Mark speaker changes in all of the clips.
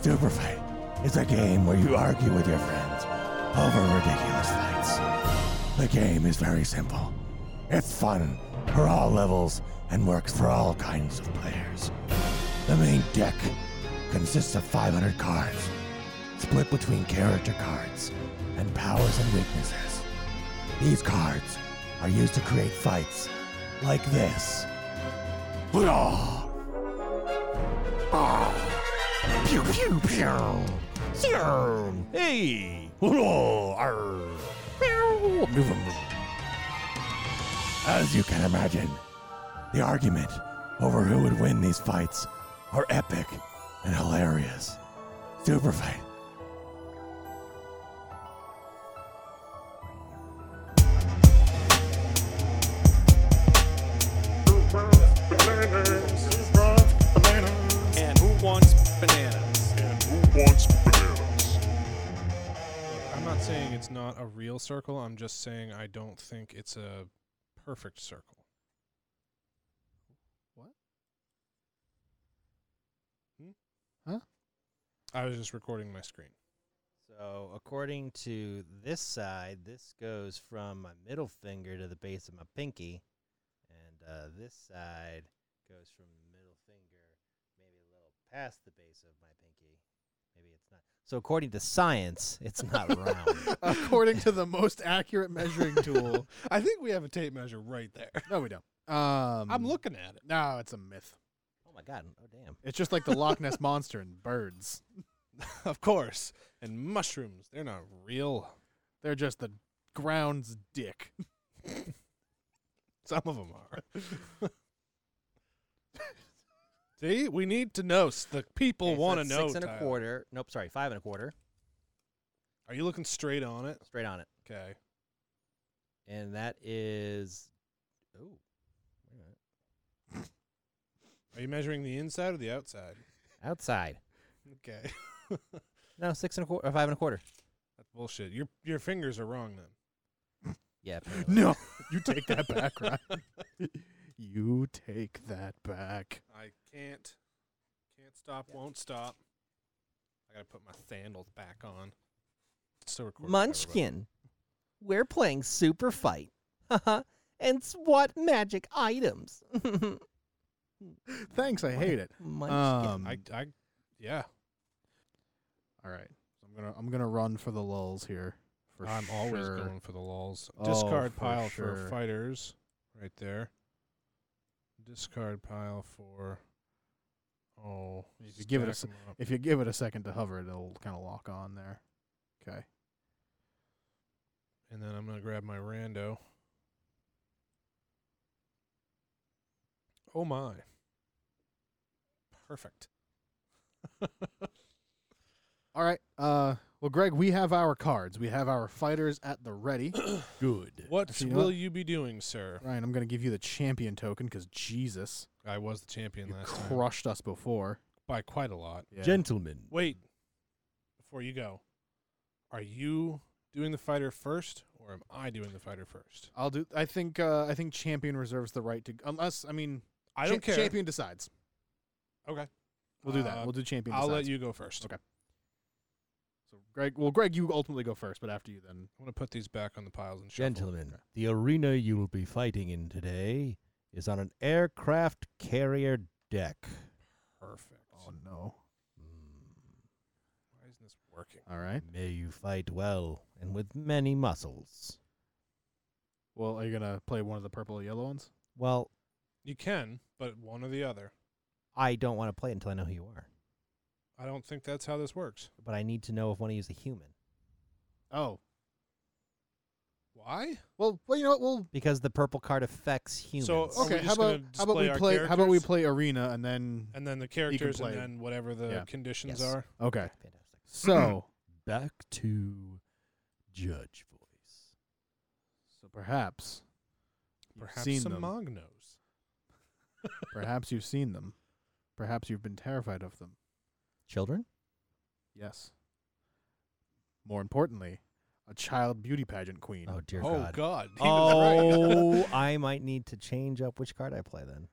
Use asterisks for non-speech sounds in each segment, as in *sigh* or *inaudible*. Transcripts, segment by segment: Speaker 1: Super Fight is a game where you argue with your friends over ridiculous fights. The game is very simple. It's fun for all levels and works for all kinds of players. The main deck consists of 500 cards, split between character cards and powers and weaknesses. These cards are used to create fights like this. Hurrah! Ah! Pew pew pew! Pew! Hey! Hurrah! Arr! Pew! As you can imagine, the argument over who would win these fights are epic and hilarious. Super fight.
Speaker 2: Who wants bananas? Who wants bananas? And
Speaker 3: And who wants bananas?
Speaker 2: who wants bananas?
Speaker 3: I'm not saying it's not a real circle. I'm just saying I don't think it's a perfect circle. What? Hmm?
Speaker 4: Huh?
Speaker 3: I was just recording my screen.
Speaker 5: So, according to this side, this goes from my middle finger to the base of my pinky, and uh, this side goes from the middle finger, maybe a little past the base of my pinky. Maybe it's not. So, according to science, it's
Speaker 4: *laughs*
Speaker 5: not round.
Speaker 4: According to the most
Speaker 3: *laughs*
Speaker 4: accurate measuring tool.
Speaker 3: I think we have a tape measure right there.
Speaker 4: No, we don't. Um,
Speaker 3: I'm looking at it.
Speaker 4: No, it's a myth.
Speaker 5: *laughs* Oh my god! Oh damn!
Speaker 4: It's just like the Loch Ness monster and birds.
Speaker 3: *laughs* of course. And mushrooms, they're not real.
Speaker 4: They're just the ground's dick.
Speaker 3: *laughs* Some of them are. *laughs* See, we need to know. S- The people
Speaker 5: Okay, so
Speaker 3: want to
Speaker 5: that's
Speaker 3: know.
Speaker 5: Six and a
Speaker 3: Tyler.
Speaker 5: quarter. Nope, sorry, five and a quarter.
Speaker 3: Are you looking straight on it?
Speaker 5: Straight on it,
Speaker 3: Okay.
Speaker 5: and that is. Oh,
Speaker 3: Are you measuring the inside or the outside?
Speaker 5: outside.
Speaker 3: Okay.
Speaker 5: No, six and a quarter, or five and a quarter.
Speaker 3: *laughs* That's bullshit. Your your fingers are wrong then.
Speaker 5: Yeah. apparently.
Speaker 4: No, you take that back, Ryan. *laughs* you take that back.
Speaker 3: I can't can't stop, won't stop. I gotta put my sandals back on. Still recording. everybody.
Speaker 6: Munchkin. We're playing Super Fight. *laughs* Haha. and s- what magic items? *laughs*
Speaker 4: Thanks, I hate it.
Speaker 6: Munchkin.
Speaker 4: Um,
Speaker 3: I I yeah.
Speaker 4: all right, so I'm gonna I'm gonna run for the lulls here. For
Speaker 3: I'm always
Speaker 4: sure.
Speaker 3: going for the lulls.
Speaker 4: Oh,
Speaker 3: Discard
Speaker 4: for
Speaker 3: pile for
Speaker 4: sure.
Speaker 3: fighters, right there. Discard pile for. Oh,
Speaker 4: If you give it a
Speaker 3: stack 'em up.
Speaker 4: If you give it a second to hover, it'll kind of lock on there. Okay.
Speaker 3: and then I'm gonna grab my rando. Oh my! Perfect.
Speaker 4: All right. Uh, well, Greg, we have our cards. We have our fighters at the ready. *coughs* Good.
Speaker 3: What
Speaker 4: Actually, you know
Speaker 3: will
Speaker 4: what?
Speaker 3: you be doing, sir?
Speaker 4: Ryan, I'm going to give you the champion token because Jesus,
Speaker 3: I was the champion
Speaker 4: you
Speaker 3: last time
Speaker 4: crushed us before.
Speaker 3: by quite a lot.
Speaker 4: Yeah.
Speaker 1: Gentlemen.
Speaker 3: Wait, before you go, are you doing the fighter first, or am I doing the fighter first?
Speaker 4: I'll do. I think. Uh, I think champion reserves the right to. Unless I mean,
Speaker 3: I
Speaker 4: cha-
Speaker 3: don't care.
Speaker 4: Champion decides.
Speaker 3: Okay.
Speaker 4: We'll do that.
Speaker 3: Uh,
Speaker 4: we'll do champion.
Speaker 3: I'll let
Speaker 4: decides.
Speaker 3: you go first.
Speaker 4: Okay. So Greg. Well, Greg, you ultimately go first, but after you,
Speaker 3: I'm
Speaker 4: then
Speaker 3: gonna put these back on the piles and shuffle.
Speaker 5: Gentlemen,
Speaker 1: The arena you will be fighting in today
Speaker 5: is on an aircraft carrier deck.
Speaker 3: Perfect. Oh,
Speaker 4: Oh, no.
Speaker 3: Why isn't this working?
Speaker 4: All right.
Speaker 5: May you fight well and with many muscles.
Speaker 4: Well, are you gonna play one of the purple or yellow ones?
Speaker 5: Well,
Speaker 3: You can, but one or the other.
Speaker 5: I don't want to play it until I know who you are,
Speaker 3: I don't think that's how this works.
Speaker 5: but I need to know if one of you is a human
Speaker 4: Oh.
Speaker 3: Why?
Speaker 4: Well. Well, you know what? We'll
Speaker 5: because the purple card affects humans.
Speaker 3: Are we
Speaker 4: Okay, how
Speaker 3: just
Speaker 4: about
Speaker 3: gonna
Speaker 4: how about
Speaker 3: display
Speaker 4: we
Speaker 3: our
Speaker 4: play how about we
Speaker 3: characters?
Speaker 4: play arena and then
Speaker 3: And then the characters,
Speaker 4: play-
Speaker 3: and then whatever the
Speaker 4: Yeah.
Speaker 3: conditions
Speaker 5: Yes.
Speaker 3: are.
Speaker 4: *clears throat* okay.
Speaker 5: Fantastic.
Speaker 3: *clears throat*
Speaker 4: So
Speaker 1: back to Judge Voice.
Speaker 4: so perhaps you've
Speaker 3: Perhaps
Speaker 4: seen
Speaker 3: some
Speaker 4: them.
Speaker 3: Mognos.
Speaker 4: perhaps you've seen them. Perhaps you've been terrified of them.
Speaker 5: Children?
Speaker 4: Yes. More importantly, a child beauty pageant queen.
Speaker 5: Oh dear
Speaker 3: Oh God.
Speaker 5: God.
Speaker 3: *laughs*
Speaker 7: *laughs*
Speaker 3: He was right.
Speaker 5: Oh, I might need to change up which card I play then.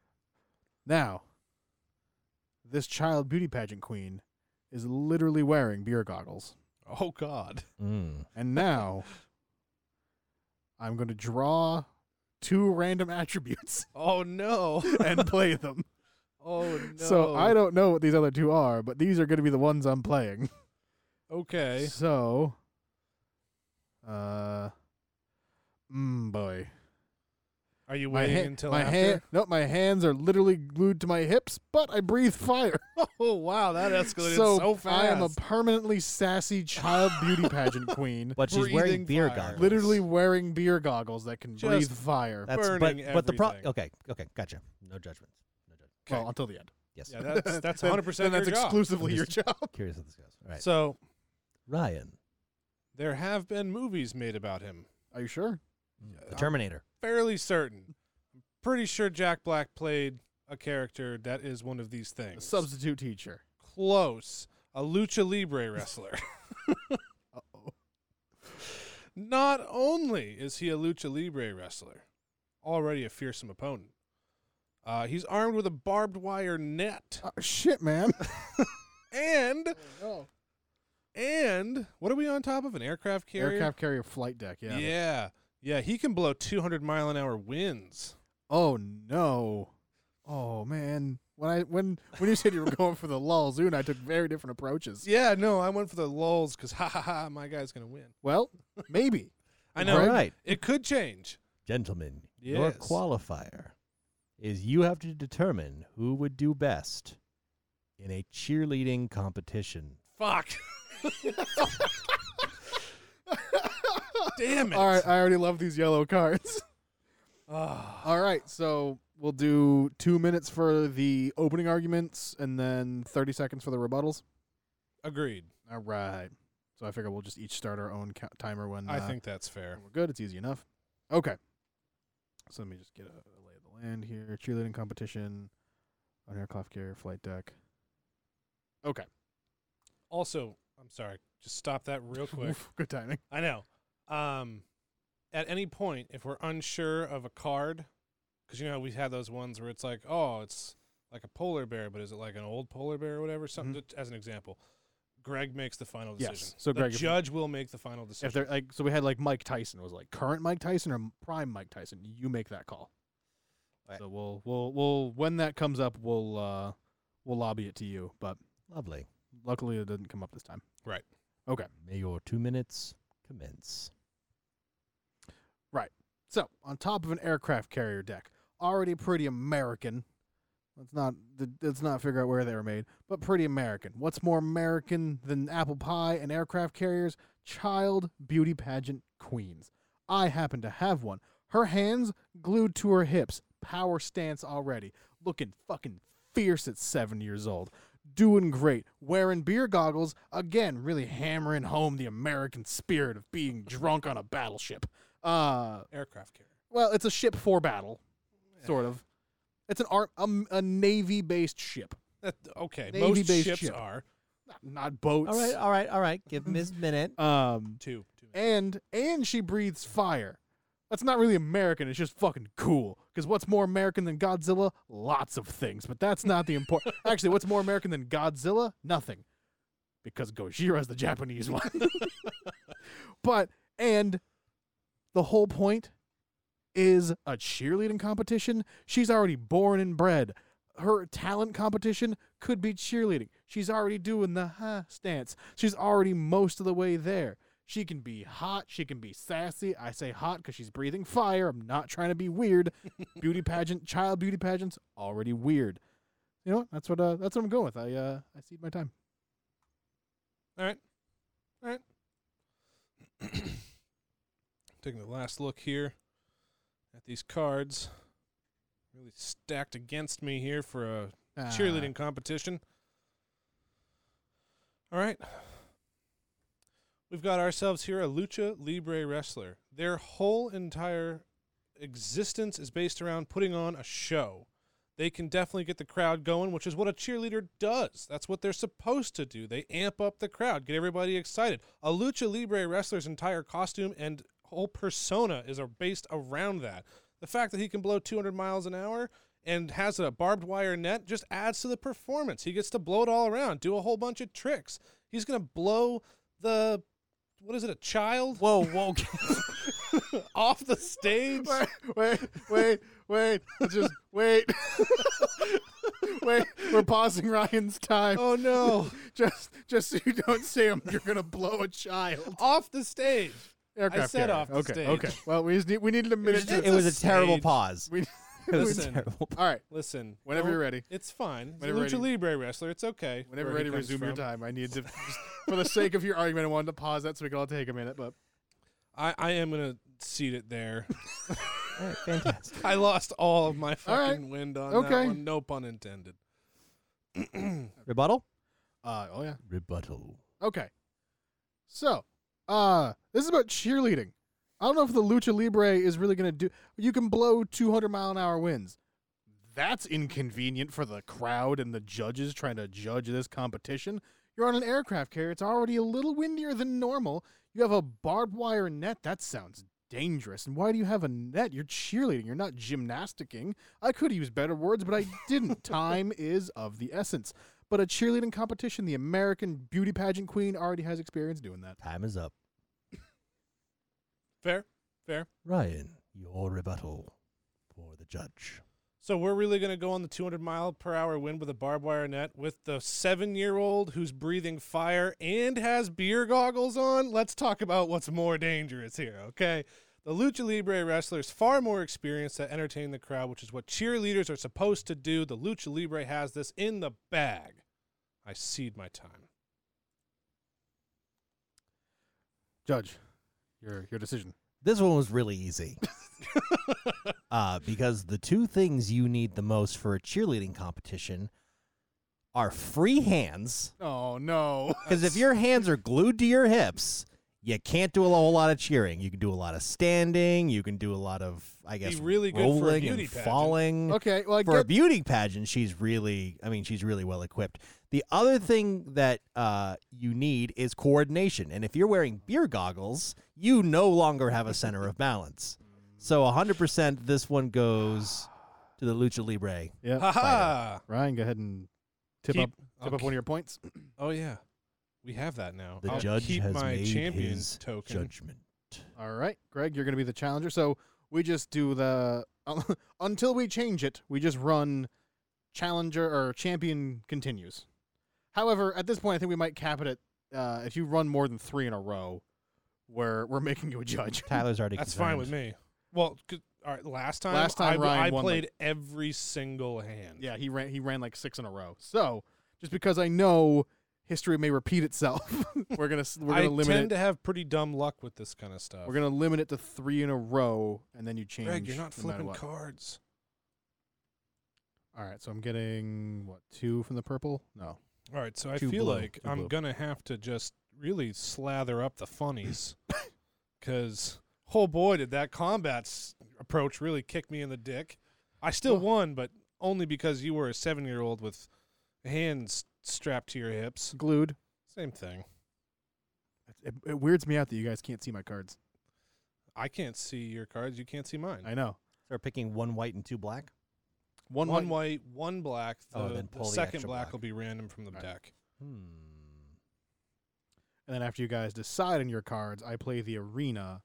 Speaker 4: Now, this child beauty pageant queen is literally wearing beer goggles.
Speaker 3: *laughs* Oh God.
Speaker 7: Mm.
Speaker 3: *laughs*
Speaker 4: And now I'm going to draw two
Speaker 3: *laughs*
Speaker 4: random attributes
Speaker 3: Oh
Speaker 4: *laughs*
Speaker 3: no.
Speaker 4: and play them.
Speaker 3: Oh no.
Speaker 4: So I don't know what these other two are, but these are going to be the ones I'm playing.
Speaker 3: Okay.
Speaker 4: So, uh, mm, boy,
Speaker 3: Are you
Speaker 4: my,
Speaker 3: waiting
Speaker 4: ha-
Speaker 3: until
Speaker 4: my
Speaker 3: after?
Speaker 4: hand, no, my hands are literally glued to my hips, but I breathe fire.
Speaker 3: Oh wow, that escalated so,
Speaker 4: so,
Speaker 3: fast.
Speaker 4: I am a permanently sassy child beauty
Speaker 3: *laughs*
Speaker 4: pageant queen,
Speaker 7: But she's wearing
Speaker 3: Breathing
Speaker 7: beer
Speaker 3: fire.
Speaker 7: goggles.
Speaker 4: literally wearing beer goggles that can
Speaker 3: Just
Speaker 4: breathe fire.
Speaker 7: That's but
Speaker 3: burning
Speaker 7: but the pro.
Speaker 3: everything.
Speaker 7: Okay, okay, gotcha. No judgments. No judgments.
Speaker 4: Well, until the end.
Speaker 7: Yes.
Speaker 3: yeah, that's
Speaker 4: *laughs*
Speaker 3: that's
Speaker 4: Then-
Speaker 3: 100 percent
Speaker 4: then
Speaker 3: your
Speaker 4: that's
Speaker 3: job.
Speaker 4: exclusively
Speaker 7: I'm
Speaker 4: your job.
Speaker 7: *laughs*
Speaker 3: *laughs*
Speaker 7: Curious how this goes. All right.
Speaker 3: So
Speaker 7: Ryan,
Speaker 3: there have been movies made about him.
Speaker 4: Are you sure?
Speaker 7: the Terminator.
Speaker 3: Fairly certain. I'm pretty sure Jack Black played a character that is one of these
Speaker 4: A
Speaker 3: things.
Speaker 4: substitute teacher.
Speaker 3: Close. A lucha libre wrestler. *laughs*
Speaker 4: Uh-oh.
Speaker 3: Not only is he a lucha libre wrestler, already a fearsome opponent, uh, he's armed with a barbed wire net.
Speaker 4: Uh,
Speaker 3: *laughs*
Speaker 4: shit, man. Uh. Oh,
Speaker 3: And and what are we on top of? An aircraft carrier.
Speaker 4: Aircraft carrier flight deck. Yeah.
Speaker 3: yeah. yeah, He can blow 200 mile an hour winds.
Speaker 4: Oh no. Oh man. When I when when you said you were *laughs* going for the lulls, you and I took very different approaches.
Speaker 3: Yeah, no, I went for the lulls because *laughs* ha ha ha, my guy's gonna win.
Speaker 4: Well, maybe.
Speaker 3: I know
Speaker 7: All right,
Speaker 3: it could change.
Speaker 7: gentlemen. Your
Speaker 3: Yes.
Speaker 7: qualifier is you have to determine who would do best in a cheerleading competition.
Speaker 4: *laughs*
Speaker 3: Fuck. Damn it.
Speaker 4: All right, I already love these yellow cards. *laughs*
Speaker 3: Ah.
Speaker 4: All right, so we'll do 2 minutes for the opening arguments and then 30 seconds for the rebuttals.
Speaker 3: agreed.
Speaker 4: All right. So I figure we'll just each start our own count- timer when
Speaker 3: I
Speaker 4: uh,
Speaker 3: think that's fair.
Speaker 4: We're good. It's easy enough. Okay. So let me just get a, a lay of the land here. Cheerleading competition, on aircraft carrier, flight deck. Okay.
Speaker 3: Also, I'm sorry. Just stop that
Speaker 4: *laughs*
Speaker 3: real quick.
Speaker 4: Oof, Good timing.
Speaker 3: I know. Um, at any point, if we're unsure of a card, because you know how we had those ones where it's like, oh, it's like a polar bear, but is it like an old polar bear or whatever? Something to- as an example. Greg makes the final decision.
Speaker 4: Mm-hmm. Yes. So
Speaker 3: the
Speaker 4: Greg, if-
Speaker 3: judge will make the final
Speaker 4: If
Speaker 3: decision.
Speaker 4: they're like, so we had like Mike Tyson was like current Mike Tyson or m- prime Mike Tyson. You make that call.
Speaker 7: Right.
Speaker 4: So we'll we'll we'll when that comes up, we'll uh we'll lobby it to you. But
Speaker 7: Lovely.
Speaker 4: luckily, it didn't come up this time.
Speaker 7: May your two minutes commence.
Speaker 4: So on top of an aircraft carrier deck, already pretty American. Let's not th- let's not figure out where they were made, but pretty American. What's more American than apple pie and aircraft carriers? Child beauty pageant queens. I happen to have one. Her hands glued to her hips, power stance already, looking fucking fierce at seven years old. Doing great, wearing beer goggles, again, really hammering home the American spirit of being drunk on a battleship. Uh,
Speaker 3: Aircraft carrier.
Speaker 4: well, it's a ship for battle, sort of. It's an ar- a, a navy based ship,
Speaker 3: That, okay. most
Speaker 4: Navy-based
Speaker 3: ships
Speaker 4: ship.
Speaker 3: are
Speaker 4: not, not boats.
Speaker 7: All right, uh, all right, all right. Give him his minute.
Speaker 4: Um,
Speaker 3: two. two *coughs* minutes.
Speaker 4: and and she breathes fire. That's not really American. It's just fucking cool. Because what's more American than Godzilla? Lots of things, but that's not the important. Actually, what's more American than Godzilla? Nothing, because Gojira's the Japanese one. *laughs* but and the whole point is a cheerleading competition. She's already born and bred. Her talent competition could be cheerleading. She's already doing the huh stance. She's already most of the way there. She can be hot. She can be sassy. I say hot because she's breathing fire. I'm not trying to be weird. beauty pageant, child beauty pageants, already weird. You know what? That's what uh, that's what I'm going with. I uh, I cede my time.
Speaker 3: All right. All right. Taking the last look here at these cards. Really stacked against me here for a
Speaker 4: Ah,
Speaker 3: cheerleading competition. All right. We've got ourselves here a lucha libre wrestler. Their whole entire existence is based around putting on a show. They can definitely get the crowd going, which is what a cheerleader does. That's what they're supposed to do. They amp up the crowd, get everybody excited. A lucha libre wrestler's entire costume and whole persona is uh, based around that. The fact that he can blow 200 miles an hour and has a barbed wire net just adds to the performance. He gets to blow it all around, do a whole bunch of tricks. He's going to blow the what is it, a child
Speaker 5: Whoa, whoa. *laughs*
Speaker 3: *laughs* off the stage?
Speaker 4: *laughs* Wait, wait, wait, wait. Let's Just wait. *laughs* wait, we're pausing Ryan's time.
Speaker 3: Oh no.
Speaker 4: Just just so you don't see him, you're gonna blow a child.
Speaker 3: off the stage.
Speaker 4: Aircraft
Speaker 3: said
Speaker 4: carrier.
Speaker 3: off the
Speaker 4: okay,
Speaker 3: stage.
Speaker 4: okay. Well, we just need, we needed a minute.
Speaker 3: just-
Speaker 4: To,
Speaker 5: it was a
Speaker 4: *laughs*
Speaker 3: a
Speaker 5: terrible
Speaker 3: stage.
Speaker 5: pause.
Speaker 4: we,
Speaker 5: It was a
Speaker 4: *laughs*
Speaker 3: Listen.
Speaker 5: terrible pause.
Speaker 4: all right.
Speaker 3: Listen.
Speaker 4: Whenever
Speaker 3: don't-
Speaker 4: you're ready.
Speaker 3: It's fine. He's a
Speaker 4: Whenever
Speaker 3: lucha
Speaker 4: ready.
Speaker 3: libre wrestler. It's okay.
Speaker 4: Whenever
Speaker 3: where
Speaker 4: ready,
Speaker 3: he comes
Speaker 4: resume your
Speaker 3: from.
Speaker 4: time. I need to, *laughs* just for the sake of your argument, I wanted to pause that so we could all take a minute. But
Speaker 3: I, I am gonna seat it
Speaker 4: *laughs*
Speaker 3: there.
Speaker 5: *laughs* All right, fantastic.
Speaker 3: I lost all of my
Speaker 4: All right.
Speaker 3: fucking wind on
Speaker 4: Okay.
Speaker 3: that one. No pun intended.
Speaker 5: Rebuttal?
Speaker 4: uh, oh yeah,
Speaker 5: Rebuttal.
Speaker 4: okay. So, uh, this is about cheerleading. I don't know if the lucha libre is really gonna do. You can blow 200 mile an hour winds. That's inconvenient for the crowd and the judges trying to judge this competition. You're on an aircraft carrier. It's already a little windier than normal. You have a barbed wire net. That sounds dangerous. And why do you have a net? You're cheerleading. You're not gymnasticking. I could use better words, but I didn't. Time is of the essence. But a cheerleading competition, the American beauty pageant queen already has experience doing that.
Speaker 5: Time is up.
Speaker 3: Fair, fair.
Speaker 5: Ryan, your rebuttal for the judge.
Speaker 3: So we're really gonna go on the 200 mile per hour wind with a barbed wire net with the seven year old who's breathing fire and has beer goggles on. Let's talk about what's more dangerous here, okay? The lucha libre wrestler is far more experienced at entertaining the crowd, which is what cheerleaders are supposed to do. The lucha libre has this in the bag. I cede my time.
Speaker 4: Judge, your your decision.
Speaker 5: This one was really *laughs* easy. uh, because the two things you need the most for a cheerleading competition are free hands.
Speaker 4: Oh no.
Speaker 5: Because if your hands are glued to your hips, you can't do a whole lot of cheering. You can do a lot of standing. You can do a lot of, I guess,
Speaker 3: really good for a
Speaker 5: rolling
Speaker 3: beauty
Speaker 5: and
Speaker 3: pageant.
Speaker 5: falling.
Speaker 4: *laughs* Okay, well I
Speaker 5: for a
Speaker 4: get
Speaker 5: beauty pageant, she's really, I mean, she's really well equipped. The other thing that uh, you need is coordination. And if you're wearing beer goggles, you no longer have a center of balance. So 100% this one goes to the Lucha Libre.
Speaker 3: Ha
Speaker 4: *laughs* yeah.
Speaker 3: ha!
Speaker 4: Ryan, go ahead and tip
Speaker 3: Keep-
Speaker 4: up tip up
Speaker 3: okay.
Speaker 4: one of your points.
Speaker 3: Oh yeah, we have that now.
Speaker 5: The
Speaker 3: I'll
Speaker 5: judge
Speaker 3: keep
Speaker 5: has
Speaker 3: my
Speaker 5: made
Speaker 3: champion
Speaker 5: his
Speaker 3: token.
Speaker 5: judgment.
Speaker 4: All right, Greg, you're going to be the challenger. So we just do the *laughs* until we change it. We just run challenger or champion continues. However, at this point, I think we might cap it at uh, if you run more than three in a row, we're *laughs* we're making you a judge.
Speaker 5: Tyler's already
Speaker 3: That's fine with
Speaker 5: confirmed.
Speaker 3: me. Well, 'cause- all right. Last time,
Speaker 4: Last time
Speaker 3: I, I
Speaker 4: Ryan won, like-
Speaker 3: played every single hand.
Speaker 4: Yeah, he ran he ran like six in a row. So just because I know history may repeat itself, *laughs* we're gonna s- we're
Speaker 3: I
Speaker 4: gonna limit
Speaker 3: tend
Speaker 4: it.
Speaker 3: to have pretty dumb luck with this kind of stuff.
Speaker 4: We're gonna limit it to three in a row, and then you change.
Speaker 3: Greg, you're not
Speaker 4: no matter
Speaker 3: flipping
Speaker 4: what.
Speaker 3: cards.
Speaker 4: All right, so I'm getting what two from the purple? No.
Speaker 3: All right, so I
Speaker 4: Two
Speaker 3: feel
Speaker 4: blue,
Speaker 3: like
Speaker 4: two
Speaker 3: I'm
Speaker 4: blue.
Speaker 3: gonna have to just really slather up the funnies, *coughs* because oh boy, did that combat s- approach really kick me in the dick. I still
Speaker 4: Well-
Speaker 3: won, but only because you were a seven year old with hands strapped to your hips.
Speaker 4: glued.
Speaker 3: Same thing.
Speaker 4: It, it weirds me out that you guys can't see my cards.
Speaker 3: I can't see your cards. You can't see mine.
Speaker 4: I know.
Speaker 5: Start picking one white and two black.
Speaker 4: One,
Speaker 3: one white,
Speaker 4: white-
Speaker 3: one black. The,
Speaker 5: Oh, then
Speaker 3: the
Speaker 5: pull the
Speaker 3: second
Speaker 5: extra
Speaker 3: black,
Speaker 5: black.
Speaker 3: will be random from the
Speaker 4: Right.
Speaker 3: deck.
Speaker 5: Hmm.
Speaker 4: And then after you guys decide on your cards, I play the arena.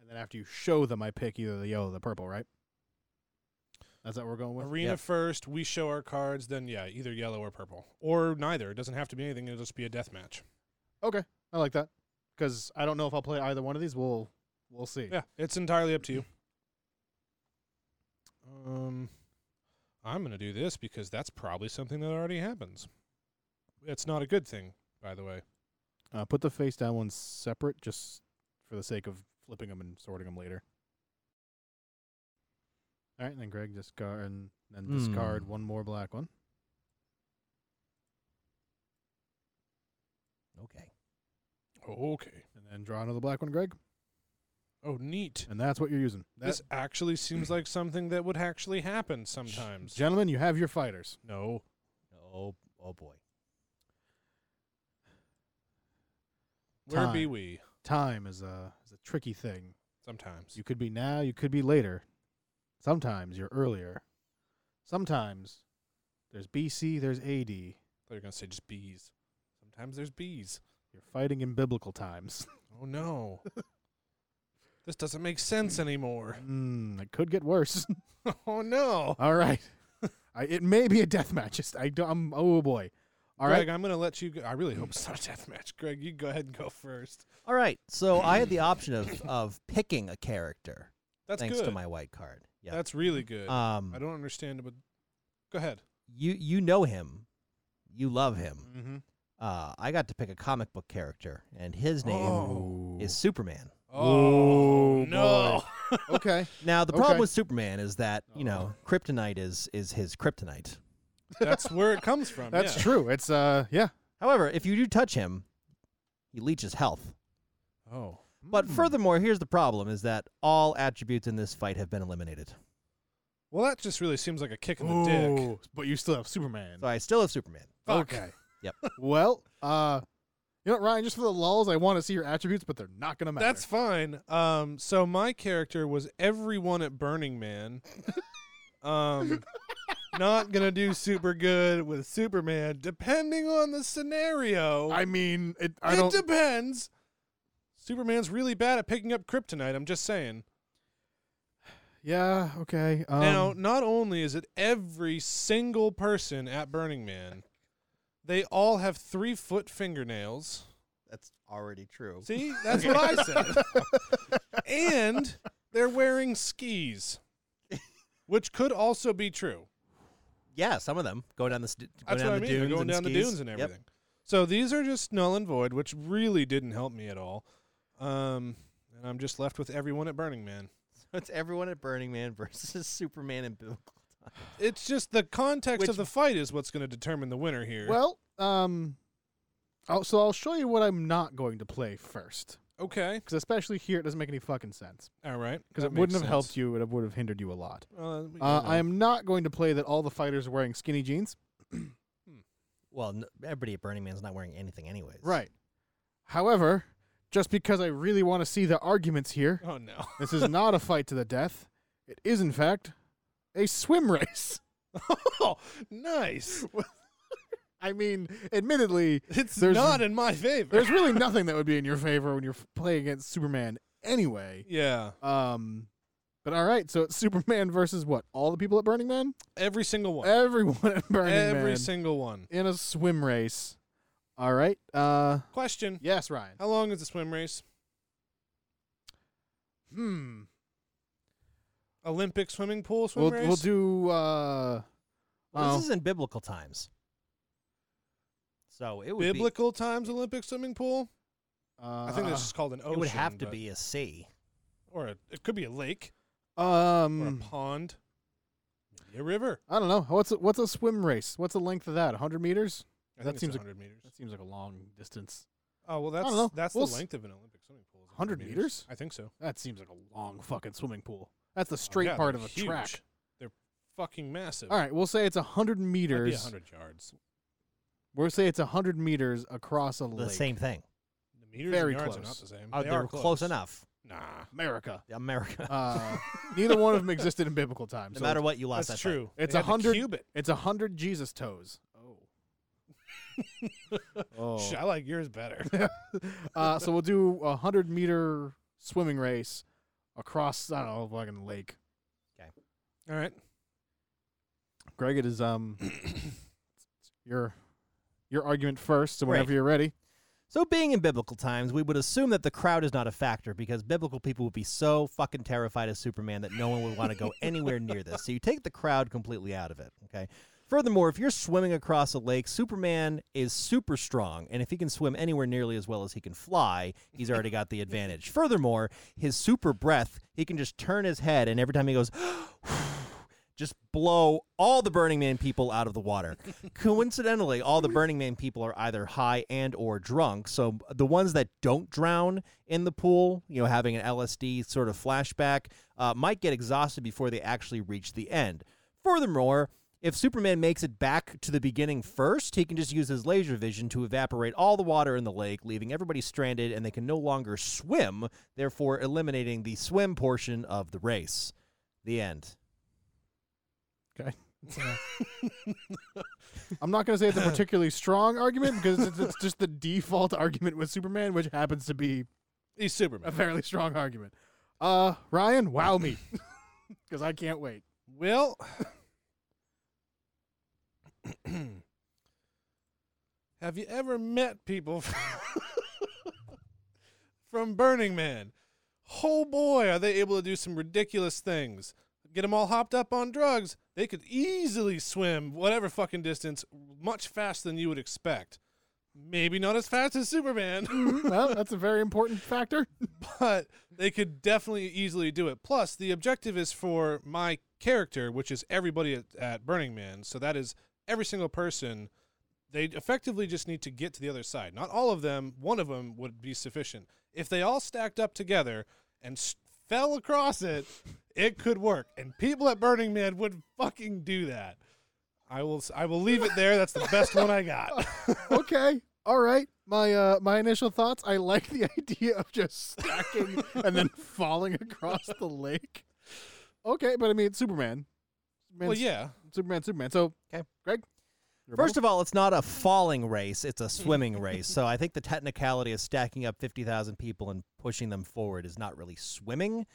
Speaker 4: And then after you show them, I pick either the yellow or the purple, right? That's what we're going with?
Speaker 3: Arena
Speaker 5: Yep.
Speaker 3: first. We show our cards. Then yeah, either yellow or purple, or neither. It doesn't have to be anything. It'll just be a death match.
Speaker 4: Okay. I like that. Because I don't know if I'll play either one of these. We'll we'll see.
Speaker 3: Yeah, it's entirely up to you. Um, I'm gonna do this because that's probably something that already happens. It's not a good thing, by the way.
Speaker 4: Uh, put the face down ones separate just for the sake of flipping them and sorting them later. All right, and then Greg discard and then discard
Speaker 5: Hmm.
Speaker 4: one more black one.
Speaker 5: Okay.
Speaker 3: Okay.
Speaker 4: And then draw another black one, Greg.
Speaker 3: Oh, neat.
Speaker 4: And that's what you're using. That,
Speaker 3: this actually seems like something that would actually happen sometimes.
Speaker 4: Gentlemen, you have your fighters.
Speaker 3: no.
Speaker 5: Oh, oh boy.
Speaker 3: Where be
Speaker 4: Time.
Speaker 3: we?
Speaker 4: Time is a is a tricky thing.
Speaker 3: Sometimes.
Speaker 4: You could be now, you could be later. Sometimes you're earlier. Sometimes there's BC, there's AD. You're
Speaker 3: They're gonna say just bees. Sometimes there's bees.
Speaker 4: fighting in biblical times. *laughs*
Speaker 3: Oh no. *laughs* this doesn't make sense anymore.
Speaker 4: Mm, it could get worse.
Speaker 3: *laughs* oh no.
Speaker 4: All right. *laughs* I, it may be a death match. Just I don't. I'm, oh boy. All
Speaker 3: Greg,
Speaker 4: right.
Speaker 3: I'm gonna let you. go. I really hope it's not a death match. Greg, you go ahead and go first.
Speaker 5: All right. So I had the option of of picking a character
Speaker 3: That's
Speaker 5: thanks
Speaker 3: good.
Speaker 5: to my white card. Yeah.
Speaker 3: That's really good.
Speaker 5: um
Speaker 3: I don't understand, but go ahead.
Speaker 5: you you know him. You love him.
Speaker 3: Mm-hmm.
Speaker 5: Uh I got to pick a comic book character and his name
Speaker 3: Oh.
Speaker 5: is Superman.
Speaker 3: Oh
Speaker 4: Whoa,
Speaker 3: no.
Speaker 4: okay. *laughs*
Speaker 5: Now the problem
Speaker 4: Okay.
Speaker 5: with Superman is that, you
Speaker 3: Uh-huh.
Speaker 5: know, kryptonite is is his kryptonite.
Speaker 3: *laughs* That's where it comes from.
Speaker 4: That's
Speaker 3: yeah.
Speaker 4: true. It's uh yeah.
Speaker 5: However, if you do touch him, he leeches health.
Speaker 3: Oh.
Speaker 5: But
Speaker 4: Mm.
Speaker 5: furthermore, here's the problem is that all attributes in this fight have been eliminated.
Speaker 3: Well, that just really seems like a kick in the dick.
Speaker 4: Ooh, But you still have Superman.
Speaker 5: So I still have Superman.
Speaker 3: Fuck.
Speaker 4: Okay.
Speaker 5: Yep.
Speaker 4: *laughs* well, uh, you know, Ryan, just for the lulls, I want to see your attributes, but they're not gonna matter.
Speaker 3: That's fine. Um, so my character was everyone at Burning
Speaker 4: *laughs*
Speaker 3: Man. um, not gonna do super good with Superman, depending on the scenario.
Speaker 4: I mean, it, I
Speaker 3: it
Speaker 4: don't.
Speaker 3: depends. Superman's really bad at picking up kryptonite. I'm just saying.
Speaker 4: yeah. Okay. Um,
Speaker 3: now, not only is it every single person at Burning Man, they all have three foot fingernails.
Speaker 7: That's already true.
Speaker 3: See, that's what I said. and they're wearing skis, which could also be true.
Speaker 5: Yeah, some of them go down the st- go
Speaker 3: That's
Speaker 5: down
Speaker 3: what I
Speaker 5: the
Speaker 3: mean. They're
Speaker 5: dunes
Speaker 3: going
Speaker 5: and
Speaker 3: down the
Speaker 5: skis.
Speaker 3: dunes and
Speaker 5: Yep.
Speaker 3: everything.
Speaker 5: *laughs*
Speaker 3: So these are just null and void, which really didn't help me at all. Um, and I'm just left with everyone at Burning Man.
Speaker 7: It's everyone at Burning
Speaker 5: *laughs*
Speaker 7: Man versus Superman and Bill.
Speaker 3: It's just the context
Speaker 7: Which-
Speaker 3: of the fight is what's going to determine the winner here.
Speaker 4: well, um, I'll, so I'll show you what I'm not going to play first,
Speaker 3: okay,
Speaker 4: because especially here, it doesn't make any fucking sense.
Speaker 3: all right,
Speaker 4: Because it wouldn't have helped you, it would have hindered you a lot.
Speaker 3: Uh, we-
Speaker 4: Uh,
Speaker 3: you know.
Speaker 4: I am not going to play that all the fighters are wearing skinny jeans.
Speaker 5: Well, n- everybody at Burning Man's not wearing anything anyways.
Speaker 4: Right. However, just because I really want to see the
Speaker 3: *laughs*
Speaker 4: arguments here,
Speaker 3: Oh no!
Speaker 4: this is not a fight to the death. It is, in fact, a swim race.
Speaker 3: oh, nice.
Speaker 4: I mean, admittedly,
Speaker 3: It's
Speaker 4: There's-
Speaker 3: not in my favor.
Speaker 4: there's really nothing that would be in your favor when you're f- playing against Superman anyway.
Speaker 3: yeah,
Speaker 4: Um, but all right, so it's Superman versus what? All the people at Burning Man?
Speaker 3: every single one.
Speaker 4: Everyone at Burning
Speaker 3: Every
Speaker 4: Man
Speaker 3: single one.
Speaker 4: in a swim race. All right. Uh, Oh,
Speaker 3: Question:
Speaker 4: yes, Ryan.
Speaker 3: How long is the swim race?
Speaker 4: Hmm.
Speaker 3: Olympic swimming pool swim
Speaker 4: We'll,
Speaker 3: race.
Speaker 4: we'll do. Uh,
Speaker 5: Well,
Speaker 4: oh.
Speaker 5: This is in biblical times. So it would be,
Speaker 3: biblical times Olympic swimming pool. I think
Speaker 4: uh,
Speaker 3: that's just called an ocean.
Speaker 5: it would have to
Speaker 3: but-
Speaker 5: be a sea.
Speaker 3: or a, it could be a lake or a
Speaker 4: Um,
Speaker 3: pond, maybe a river.
Speaker 4: I don't know. What's a, what's a swim race? What's the length of that? 100 meters?
Speaker 3: I
Speaker 4: That
Speaker 3: think
Speaker 4: seems
Speaker 3: it's
Speaker 4: like-
Speaker 3: 100 meters.
Speaker 4: That seems like a long distance.
Speaker 3: Oh well,
Speaker 4: don't know.
Speaker 3: that's that's
Speaker 4: We'll
Speaker 3: the
Speaker 4: s-
Speaker 3: length of an Olympic swimming pool. is
Speaker 4: 100 meters?
Speaker 3: I think so. Oh,
Speaker 4: That seems like a long fucking swimming pool. That's the straight
Speaker 3: yeah,
Speaker 4: part
Speaker 3: they're
Speaker 4: of a track.
Speaker 3: huge. They're fucking massive.
Speaker 4: All right, we'll say it's 100
Speaker 3: Might be
Speaker 4: meters.
Speaker 3: 100 yards.
Speaker 4: We'll say it's 100 meters across a
Speaker 5: The
Speaker 4: lake.
Speaker 5: same thing.
Speaker 3: The meters
Speaker 4: Very
Speaker 3: and yards are not
Speaker 4: close.
Speaker 3: the same.
Speaker 5: Oh,
Speaker 3: they
Speaker 5: they
Speaker 3: are
Speaker 5: were close. enough.
Speaker 3: Nah,
Speaker 4: America. *laughs*
Speaker 5: America.
Speaker 4: Uh, neither one of them existed in biblical times.
Speaker 5: no
Speaker 4: so
Speaker 5: matter what, you lost
Speaker 3: that's
Speaker 5: that fight.
Speaker 3: true.
Speaker 4: It's
Speaker 3: They had to
Speaker 4: 100
Speaker 3: cube it.
Speaker 4: It's 100 Jesus toes. *laughs* Oh.
Speaker 3: Sh- I like yours better. *laughs*
Speaker 4: uh, so we'll do a 100 meter swimming race across, I don't know, a fucking lake.
Speaker 3: All right.
Speaker 4: Greg, it is um *coughs* your your argument first, so
Speaker 5: Right.
Speaker 4: whenever you're ready.
Speaker 5: So, being in biblical times, we would assume that the crowd is not a factor because biblical people would be so fucking terrified of Superman that no one would want to go anywhere near this. So, you take the crowd completely out of it. Okay. Furthermore, if you're swimming across a lake, Superman is super strong, and if he can swim anywhere nearly as well as he can fly, he's already got the advantage. Furthermore, his super breath, he can just turn his head, and every time he goes, *gasps* *sighs* just blow all the Burning Man people out of the water. Coincidentally, all the Burning Man people are either high and or drunk. So the ones that don't drown in the pool, you know, having an LSD sort of flashback, uh, might get exhausted before they actually reach the end. Furthermore, if Superman makes it back to the beginning first, he can just use his laser vision to evaporate all the water in the lake, leaving everybody stranded and they can no longer swim, therefore eliminating the swim portion of the race. The end.
Speaker 4: I'm not going to say it's a particularly strong argument because it's, it's just the default argument with Superman, which happens to be
Speaker 3: He's
Speaker 4: a
Speaker 3: Superman.
Speaker 4: fairly strong argument. Uh, Ryan, wow *laughs* me, because I can't wait.
Speaker 3: Well, *coughs* have you ever met people *laughs* from Burning Man? Oh boy, are they able to do some ridiculous things. Get them all hopped up on drugs. They could easily swim whatever fucking distance much faster than you would expect. Maybe not as fast as Superman. *laughs*
Speaker 4: Well, that's a very important factor.
Speaker 3: but they could definitely easily do it. Plus, the objective is for my character, which is everybody at, at Burning Man. So that is every single person. They effectively just need to get to the other side. Not all of them. One of them would be sufficient. If they all stacked up together and s fell across it, it could work. And people at Burning Man would fucking do that. I will. s- I will leave it there. That's the best one I got.
Speaker 4: Okay, all right. My uh, my initial thoughts. I like the *laughs* idea of just stacking
Speaker 3: *laughs*
Speaker 4: and then falling across the lake. Okay, but I mean it's Superman.
Speaker 3: well, yeah.
Speaker 4: Superman, Superman. So,
Speaker 5: 'Kay.
Speaker 4: Greg. your
Speaker 5: First of all, it's not a falling race; it's a swimming race. So I think the technicality of stacking up fifty thousand people and pushing them forward is not really swimming.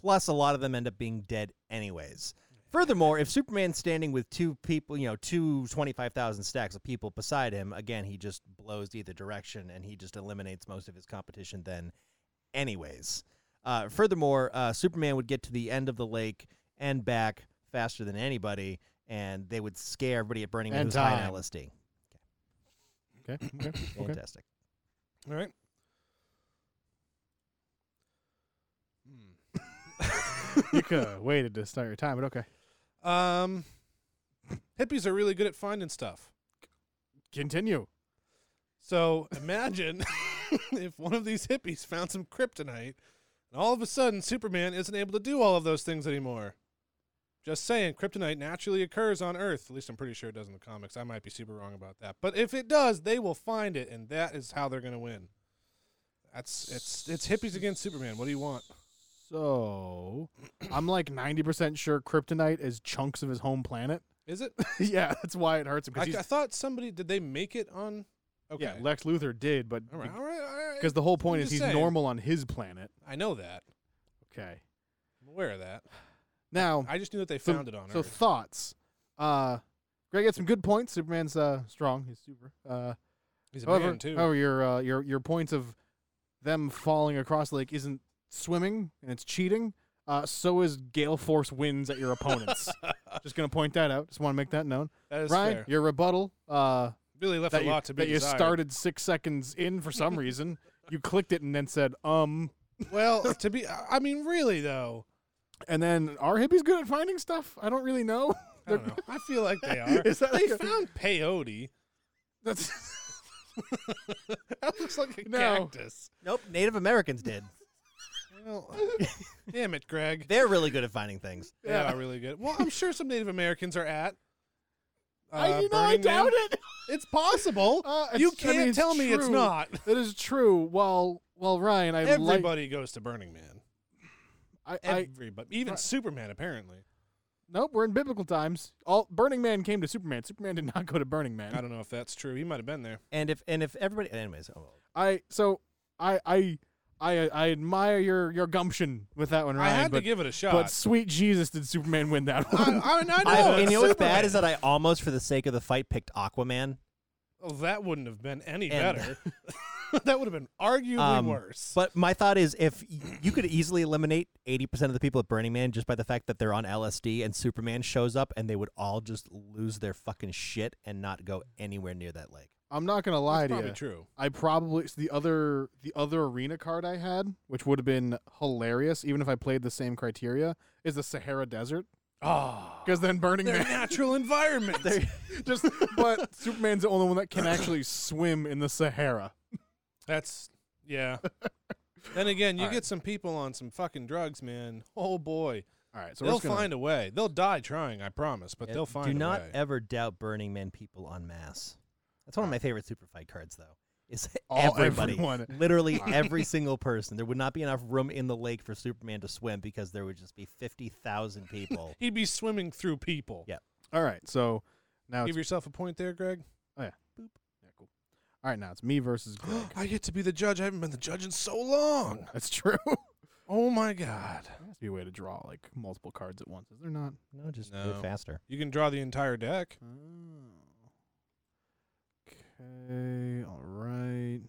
Speaker 5: Plus, a lot of them end up being dead anyways. Furthermore, if Superman's standing with two people, you know, two 25,000 stacks of people beside him, again, he just blows either direction and he just eliminates most of his competition then, anyways. Uh, furthermore, uh, Superman would get to the end of the lake and back faster than anybody, and they would scare everybody at Burning Man
Speaker 4: And
Speaker 5: who's high
Speaker 4: time.
Speaker 5: on LSD.
Speaker 4: bullet. okay, okay, okay.
Speaker 5: Fantastic.
Speaker 3: All right.
Speaker 4: you could have waited to start your time, but okay.
Speaker 3: Um, hippies are really good at finding stuff.
Speaker 4: Continue.
Speaker 3: So imagine *laughs* if one of these hippies found some kryptonite, and all of a sudden Superman isn't able to do all of those things anymore. Just saying, kryptonite naturally occurs on Earth. At least I'm pretty sure it does in the comics. I might be super wrong about that, but if it does, they will find it, and that is how they're going to win. That's it's it's hippies against Superman. What do you want?
Speaker 4: So, I'm like 90% sure kryptonite is chunks of his home *laughs* planet.
Speaker 3: Is it?
Speaker 4: yeah, that's why it hurts him.
Speaker 3: I,
Speaker 4: Cause
Speaker 3: I
Speaker 4: he's,
Speaker 3: thought somebody did they make it on? Okay.
Speaker 4: Yeah, Lex Luthor did, but
Speaker 3: all right. All right. All right.
Speaker 4: because the whole point
Speaker 3: I'm
Speaker 4: is
Speaker 3: just
Speaker 4: he's
Speaker 3: saying.
Speaker 4: normal on his planet.
Speaker 3: I know that.
Speaker 4: Okay.
Speaker 3: I'm aware of that.
Speaker 4: Now,
Speaker 3: I just knew that they
Speaker 4: so,
Speaker 3: found it on
Speaker 4: so
Speaker 3: Earth.
Speaker 4: thoughts. Uh, Greg had some good points. Superman's uh, strong. He's super. Uh,
Speaker 3: He's a
Speaker 4: however,
Speaker 3: man too.
Speaker 4: however, your uh, your your points of them falling across the lake isn't swimming and it's cheating. Uh, so is gale force winds at your opponents.
Speaker 3: *laughs*
Speaker 4: Just gonna point that out. Just want to make that known.
Speaker 3: that is
Speaker 4: Ryan,
Speaker 3: fair.
Speaker 4: your rebuttal uh,
Speaker 3: Really left
Speaker 4: that
Speaker 3: a
Speaker 4: you,
Speaker 3: lot to be
Speaker 4: that you
Speaker 3: desired.
Speaker 4: started six seconds in for some reason. You clicked it and then said um,
Speaker 3: *laughs*
Speaker 4: *laughs*
Speaker 3: well, to be, I mean, really though,
Speaker 4: and then are hippies good at finding stuff? I don't really know.
Speaker 3: I don't know. I feel like
Speaker 4: *laughs*
Speaker 3: they are.
Speaker 4: Is that
Speaker 3: they
Speaker 4: like a-
Speaker 3: found peyote.
Speaker 4: That's *laughs*
Speaker 3: That looks like a
Speaker 4: No.
Speaker 3: cactus.
Speaker 5: Nope, Native Americans did.
Speaker 3: Well, damn it, Greg.
Speaker 4: *laughs*
Speaker 5: They're really good at finding things.
Speaker 3: They
Speaker 4: Yeah.
Speaker 3: are really good. Well, I'm sure some Native Americans are at. Uh,
Speaker 4: I, you know, I
Speaker 3: Burning Man.
Speaker 4: doubt it.
Speaker 3: It's possible.
Speaker 4: *laughs* Uh,
Speaker 3: you
Speaker 4: it's- I mean,
Speaker 3: can't
Speaker 4: it's
Speaker 3: tell me it's
Speaker 4: true.
Speaker 3: not.
Speaker 4: *laughs* That is true. While while Ryan, I like
Speaker 3: Everybody goes to Burning Man.
Speaker 4: I, I
Speaker 3: Everybody, even
Speaker 4: Right.
Speaker 3: Superman apparently.
Speaker 4: nope. We're in biblical times. All Burning Man came to Superman. Superman did not go to Burning Man.
Speaker 3: I don't know if that's true. He might have been there.
Speaker 5: And if and if everybody, anyways, oh, well.
Speaker 4: I so I I I I admire your your gumption with that one,
Speaker 3: I
Speaker 4: Ryan.
Speaker 3: had
Speaker 4: but,
Speaker 3: to give it a shot.
Speaker 4: but sweet Jesus, did Superman win that one?
Speaker 3: I, I, mean, I know.
Speaker 4: Oh,
Speaker 5: I, and
Speaker 3: it's
Speaker 5: you know what's
Speaker 3: Superman.
Speaker 5: bad
Speaker 4: uh,
Speaker 5: is that I almost, for the sake of the fight, picked Aquaman.
Speaker 3: Well, that wouldn't have been any
Speaker 5: And-
Speaker 3: better. *laughs* that would have been arguably
Speaker 5: Um,
Speaker 3: worse.
Speaker 5: But my thought is, if y- you could easily eliminate eighty percent of the people at Burning Man just by the fact that they're on LSD and Superman shows up, and they would all just lose their fucking shit and not go anywhere near that lake.
Speaker 4: *laughs* I'm not gonna
Speaker 3: That's
Speaker 4: lie to
Speaker 3: probably
Speaker 4: you.
Speaker 3: true.
Speaker 4: I probably it's the other the other arena card I had, which would have been hilarious, even if I played the same criteria, is the Sahara Desert.
Speaker 3: Oh,
Speaker 4: Because then Burning
Speaker 3: their
Speaker 4: Man
Speaker 3: natural environment.
Speaker 4: *laughs* just but Superman's the only one that can actually swim in the Sahara.
Speaker 3: *laughs* That's yeah. *laughs* then again, you
Speaker 4: All right.
Speaker 3: get some people on some fucking drugs, man. Oh boy,
Speaker 4: All right, so
Speaker 3: they'll
Speaker 4: we're just gonna,
Speaker 3: find a way. They'll die trying, I promise, but
Speaker 5: Yeah,
Speaker 3: they'll find
Speaker 5: Do
Speaker 3: a
Speaker 5: not
Speaker 3: way.
Speaker 5: ever doubt Burning Man people en masse. That's one of my favorite super fight cards, though. Is *laughs*
Speaker 4: All-
Speaker 5: everybody,
Speaker 4: everyone.
Speaker 5: literally every single person. There would not be enough room in the lake for Superman to swim because there would just be fifty thousand people.
Speaker 3: He'd be swimming through people.
Speaker 5: Yeah.
Speaker 4: All right, so now
Speaker 3: Give
Speaker 4: it's,
Speaker 3: yourself a point there, Greg.
Speaker 4: yeah, cool. All right, now it's
Speaker 3: *gasps*
Speaker 4: me versus Greg.
Speaker 3: I get to be the judge. I haven't been the judge in so long.
Speaker 4: That's
Speaker 3: *laughs*
Speaker 4: true. there
Speaker 3: Oh my god.
Speaker 4: has to be a way to draw like multiple cards at once. Is there not?
Speaker 5: No, just do
Speaker 3: No.
Speaker 5: it faster.
Speaker 3: You can draw the entire deck.
Speaker 4: Oh. Okay, all *coughs* right.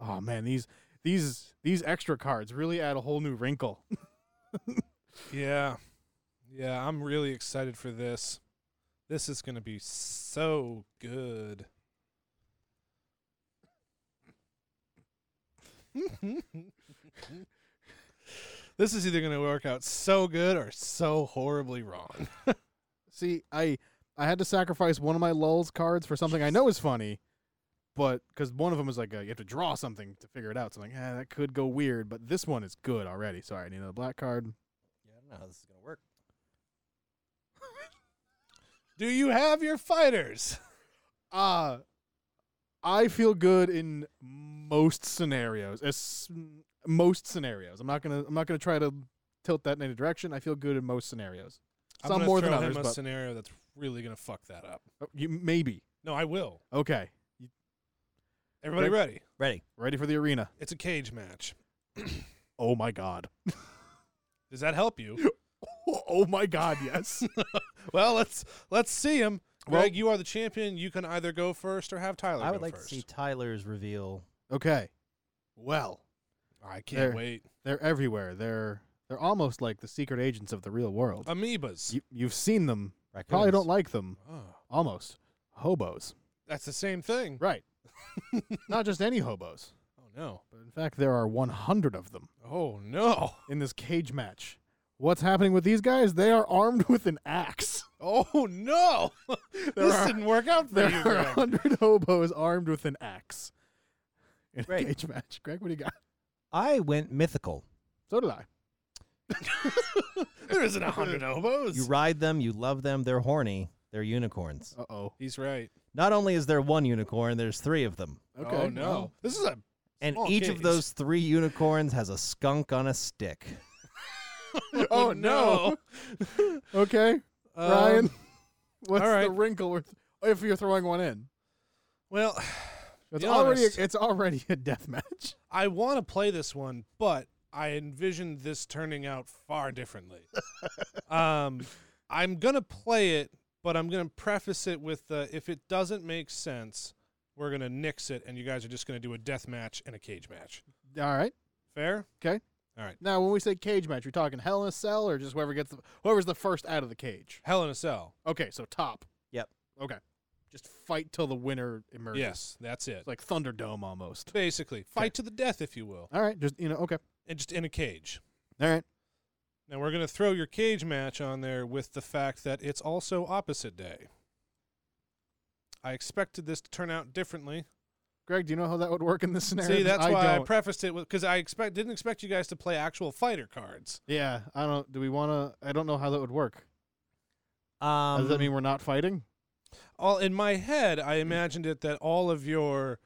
Speaker 4: Oh man, these these these extra cards really add a whole new wrinkle. *laughs*
Speaker 3: Yeah. Yeah, I'm really excited for this. This is going to be so good. this is either going to work out so good or so horribly wrong.
Speaker 4: See, I I had to sacrifice one of my lulls cards for something I know is funny, but because one of them is like uh you have to draw something to figure it out. So I'm like, ah, that could go weird, but this one is good already. So I need another black card.
Speaker 5: Yeah, I don't know how this is gonna work.
Speaker 3: Do you have your fighters?
Speaker 4: Uh I feel good in most scenarios. As most scenarios, I'm not gonna I'm not gonna try to tilt that in any direction. I feel good in most scenarios.
Speaker 3: I'm
Speaker 4: Some
Speaker 3: gonna
Speaker 4: more
Speaker 3: throw
Speaker 4: than others,
Speaker 3: him a
Speaker 4: but
Speaker 3: scenario that's really going to fuck that up.
Speaker 4: oh, you, maybe
Speaker 3: No, I will.
Speaker 4: okay.
Speaker 3: Everybody
Speaker 4: Greg-
Speaker 3: ready?
Speaker 5: Ready?
Speaker 4: Ready for the arena?
Speaker 3: It's a cage match.
Speaker 4: Oh my god! *laughs*
Speaker 3: Does that help you?
Speaker 4: oh my god! Yes.
Speaker 3: *laughs* Well, let's let's see him.
Speaker 4: Well-
Speaker 3: Greg, you are the champion. You can either go first or have Tyler.
Speaker 5: I
Speaker 3: go
Speaker 5: would like
Speaker 3: first.
Speaker 5: to see Tyler's reveal.
Speaker 4: okay. Well,
Speaker 3: I can't
Speaker 4: There.
Speaker 3: wait.
Speaker 4: They're everywhere. They're they're almost like the secret agents of the real world.
Speaker 3: Amoebas.
Speaker 4: You, you've seen them.
Speaker 5: Raccoons.
Speaker 4: Probably don't like them.
Speaker 3: Oh,
Speaker 4: Almost hobos.
Speaker 3: that's the same thing.
Speaker 4: Right. *laughs* Not just any hobos.
Speaker 3: Oh no.
Speaker 4: But in fact, there are 100 of them
Speaker 3: Oh no. *laughs*
Speaker 4: in this cage match. What's happening with these guys? They are armed with an axe.
Speaker 3: Oh no. *laughs*
Speaker 4: There
Speaker 3: this
Speaker 4: are-
Speaker 3: didn't work out for
Speaker 4: There
Speaker 3: you,
Speaker 4: are
Speaker 3: Greg.
Speaker 4: 100 hobos armed with an axe in
Speaker 5: Great.
Speaker 4: a cage match. Greg, what do you got?
Speaker 5: I went mythical.
Speaker 4: So did I.
Speaker 3: there isn't a
Speaker 4: *laughs*
Speaker 3: hundred hobos.
Speaker 5: You ride them, you love them, they're horny, they're unicorns.
Speaker 4: Uh oh.
Speaker 3: He's right.
Speaker 5: Not only is there one unicorn, there's three of them.
Speaker 4: Okay.
Speaker 3: Oh no.
Speaker 4: well,
Speaker 3: This is a
Speaker 5: And
Speaker 3: Small
Speaker 5: each of
Speaker 3: cage.
Speaker 5: those three unicorns has a skunk on a stick.
Speaker 4: *laughs* Oh, no. Oh, Okay.
Speaker 3: *laughs* Um,
Speaker 4: Ryan, *laughs* what's
Speaker 3: all right.
Speaker 4: the wrinkle with, if you're throwing one in?
Speaker 3: Well,
Speaker 4: It's
Speaker 3: be
Speaker 4: already
Speaker 3: honest.
Speaker 4: a, it's already a death match.
Speaker 3: I want to play this one, but I envisioned this turning out far differently. um, I'm gonna play it, but I'm gonna preface it with the if it doesn't make sense, we're gonna nix it, and you guys are just gonna do a death match and a cage match.
Speaker 4: All right.
Speaker 3: Fair?
Speaker 4: Now, when we say cage match, you're talking Hell in a Cell or just whoever gets the, whoever's the first out of the cage.
Speaker 3: Hell in a cell.
Speaker 4: Okay, so top.
Speaker 5: Yep.
Speaker 4: Okay. Just fight till the winner emerges.
Speaker 3: Yes, that's it.
Speaker 4: It's like Thunderdome almost. *laughs*
Speaker 3: Basically, fight to the death, if you will,
Speaker 4: All right. Just you know. Okay.
Speaker 3: and just in a cage.
Speaker 4: All right.
Speaker 3: Now we're gonna throw your cage match on there with the fact that it's also opposite day. I expected this to turn out differently.
Speaker 4: Greg, do you know how that would work in this scenario? *laughs*
Speaker 3: See, that's
Speaker 4: I
Speaker 3: why I
Speaker 4: don't.
Speaker 3: prefaced it with because I expect didn't expect you guys to play actual fighter cards.
Speaker 4: yeah. I don't. Do we want to? I don't know how that would work.
Speaker 5: Um,
Speaker 4: Does that mean we're not fighting?
Speaker 3: All in my head, I imagined it that all of your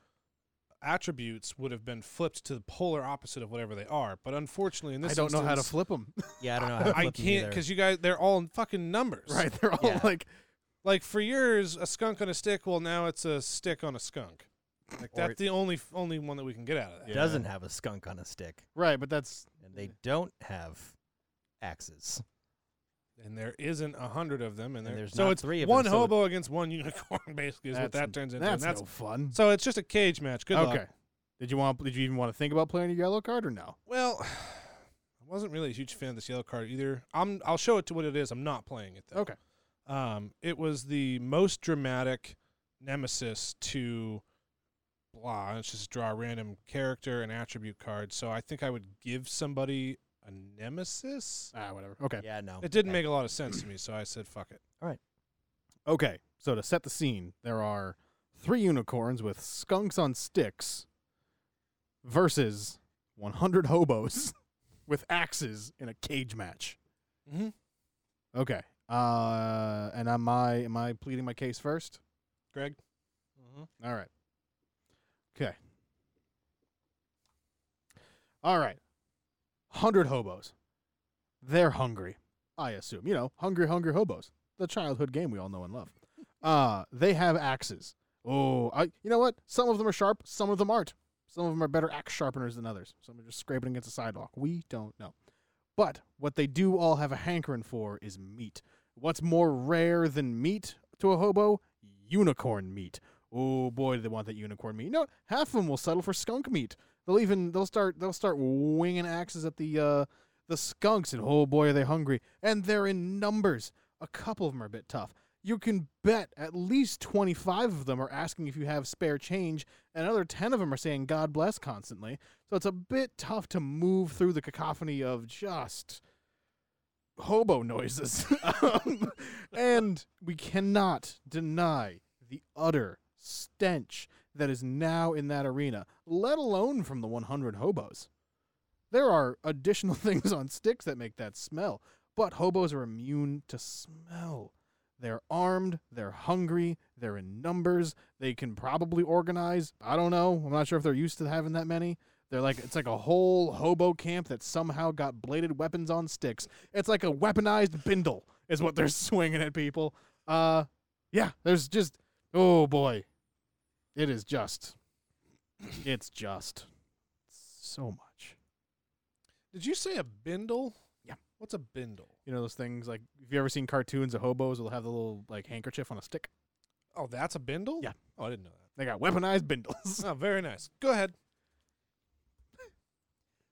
Speaker 3: attributes would have been flipped to the polar opposite of whatever they are. But unfortunately, in this
Speaker 4: I don't know how to
Speaker 3: instance, *laughs*
Speaker 4: flip them.
Speaker 5: yeah, I don't know. How to
Speaker 3: I
Speaker 5: flip them
Speaker 3: can't
Speaker 5: either.
Speaker 3: because you guys they're all in fucking numbers.
Speaker 4: *laughs* right. They're all
Speaker 5: Yeah.
Speaker 4: like
Speaker 3: Like for yours, a skunk on a stick. Well, now it's a stick on a skunk. Like
Speaker 5: Or
Speaker 3: that's the only only one that we can get out of that.
Speaker 5: it doesn't have a skunk on a stick,
Speaker 4: right, but that's
Speaker 5: and they don't have axes.
Speaker 3: And there isn't a hundred of them, and,
Speaker 5: And
Speaker 3: there-
Speaker 5: there's
Speaker 3: so
Speaker 5: not
Speaker 3: it's
Speaker 5: three of them,
Speaker 3: one
Speaker 5: so it-
Speaker 3: hobo against one unicorn. *laughs* Basically, is what that turns into.
Speaker 4: That's,
Speaker 3: and that's
Speaker 4: no fun.
Speaker 3: So it's just a cage match. Good
Speaker 4: okay.
Speaker 3: luck.
Speaker 4: Did you want? Did you even want to think about playing a yellow card or no?
Speaker 3: Well, *sighs* I wasn't really a huge fan of this yellow card either. I'm I'll show it to what it is. I'm not playing it though.
Speaker 4: Okay.
Speaker 3: Um, it was the most dramatic nemesis to blah. It's just draw a random character and attribute card. So I think I would give somebody a nemesis.
Speaker 4: Ah, whatever. Okay.
Speaker 5: Yeah, no,
Speaker 3: It didn't
Speaker 5: Okay.
Speaker 3: make a lot of sense to me, so I said fuck it.
Speaker 4: Okay. So to set the scene, there are three unicorns with skunks on sticks versus 100 hobos *laughs* with axes in a cage match.
Speaker 3: Mhm.
Speaker 4: Okay. Uh, and am I am I pleading my case first?
Speaker 3: Greg,
Speaker 4: All right. Okay. All right. 100 hobos. They're hungry, I assume. You know, hungry, hungry hobos. The childhood game we all know and love. Uh, they have axes. Oh, I, you know what? Some of them are sharp, some of them aren't. Some of them are better axe sharpeners than others. Some are just scraping against a sidewalk. We don't know. But what they do all have a hankering for is meat. What's more rare than meat to a hobo? Unicorn meat. Oh boy, do they want that unicorn meat. You know, what? half of them will settle for skunk meat. They'll even they'll start they'll start winging axes at the uh, the skunks, and oh boy, are they hungry. And they're in numbers. A couple of them are a bit tough. You can bet at least 25 of them are asking if you have spare change, and another 10 of them are saying God bless constantly. So it's a bit tough to move through the cacophony of just hobo noises. *laughs* Um, and we cannot deny the utter stench that is now in that arena, let alone from the 100 hobos. There are additional *laughs* things on sticks that make that smell, but hobos are immune to smell. They're armed, they're hungry, they're in numbers, they can probably organize. I don't know. I'm not sure if they're used to having that many. They're like it's like a whole hobo camp that somehow got bladed weapons on sticks. It's like a weaponized bindle is what they're *laughs* swinging at people. Uh yeah, there's just oh boy. It is just it's just so much.
Speaker 3: Did you say a bindle?
Speaker 4: Yeah.
Speaker 3: What's a bindle?
Speaker 4: You know those things like if you ever seen cartoons of hobos will have the little like handkerchief on a stick.
Speaker 3: Oh, that's a bindle?
Speaker 4: Yeah.
Speaker 3: Oh, I didn't know that.
Speaker 4: They got weaponized *laughs* bindles.
Speaker 3: Oh, very nice. Go ahead.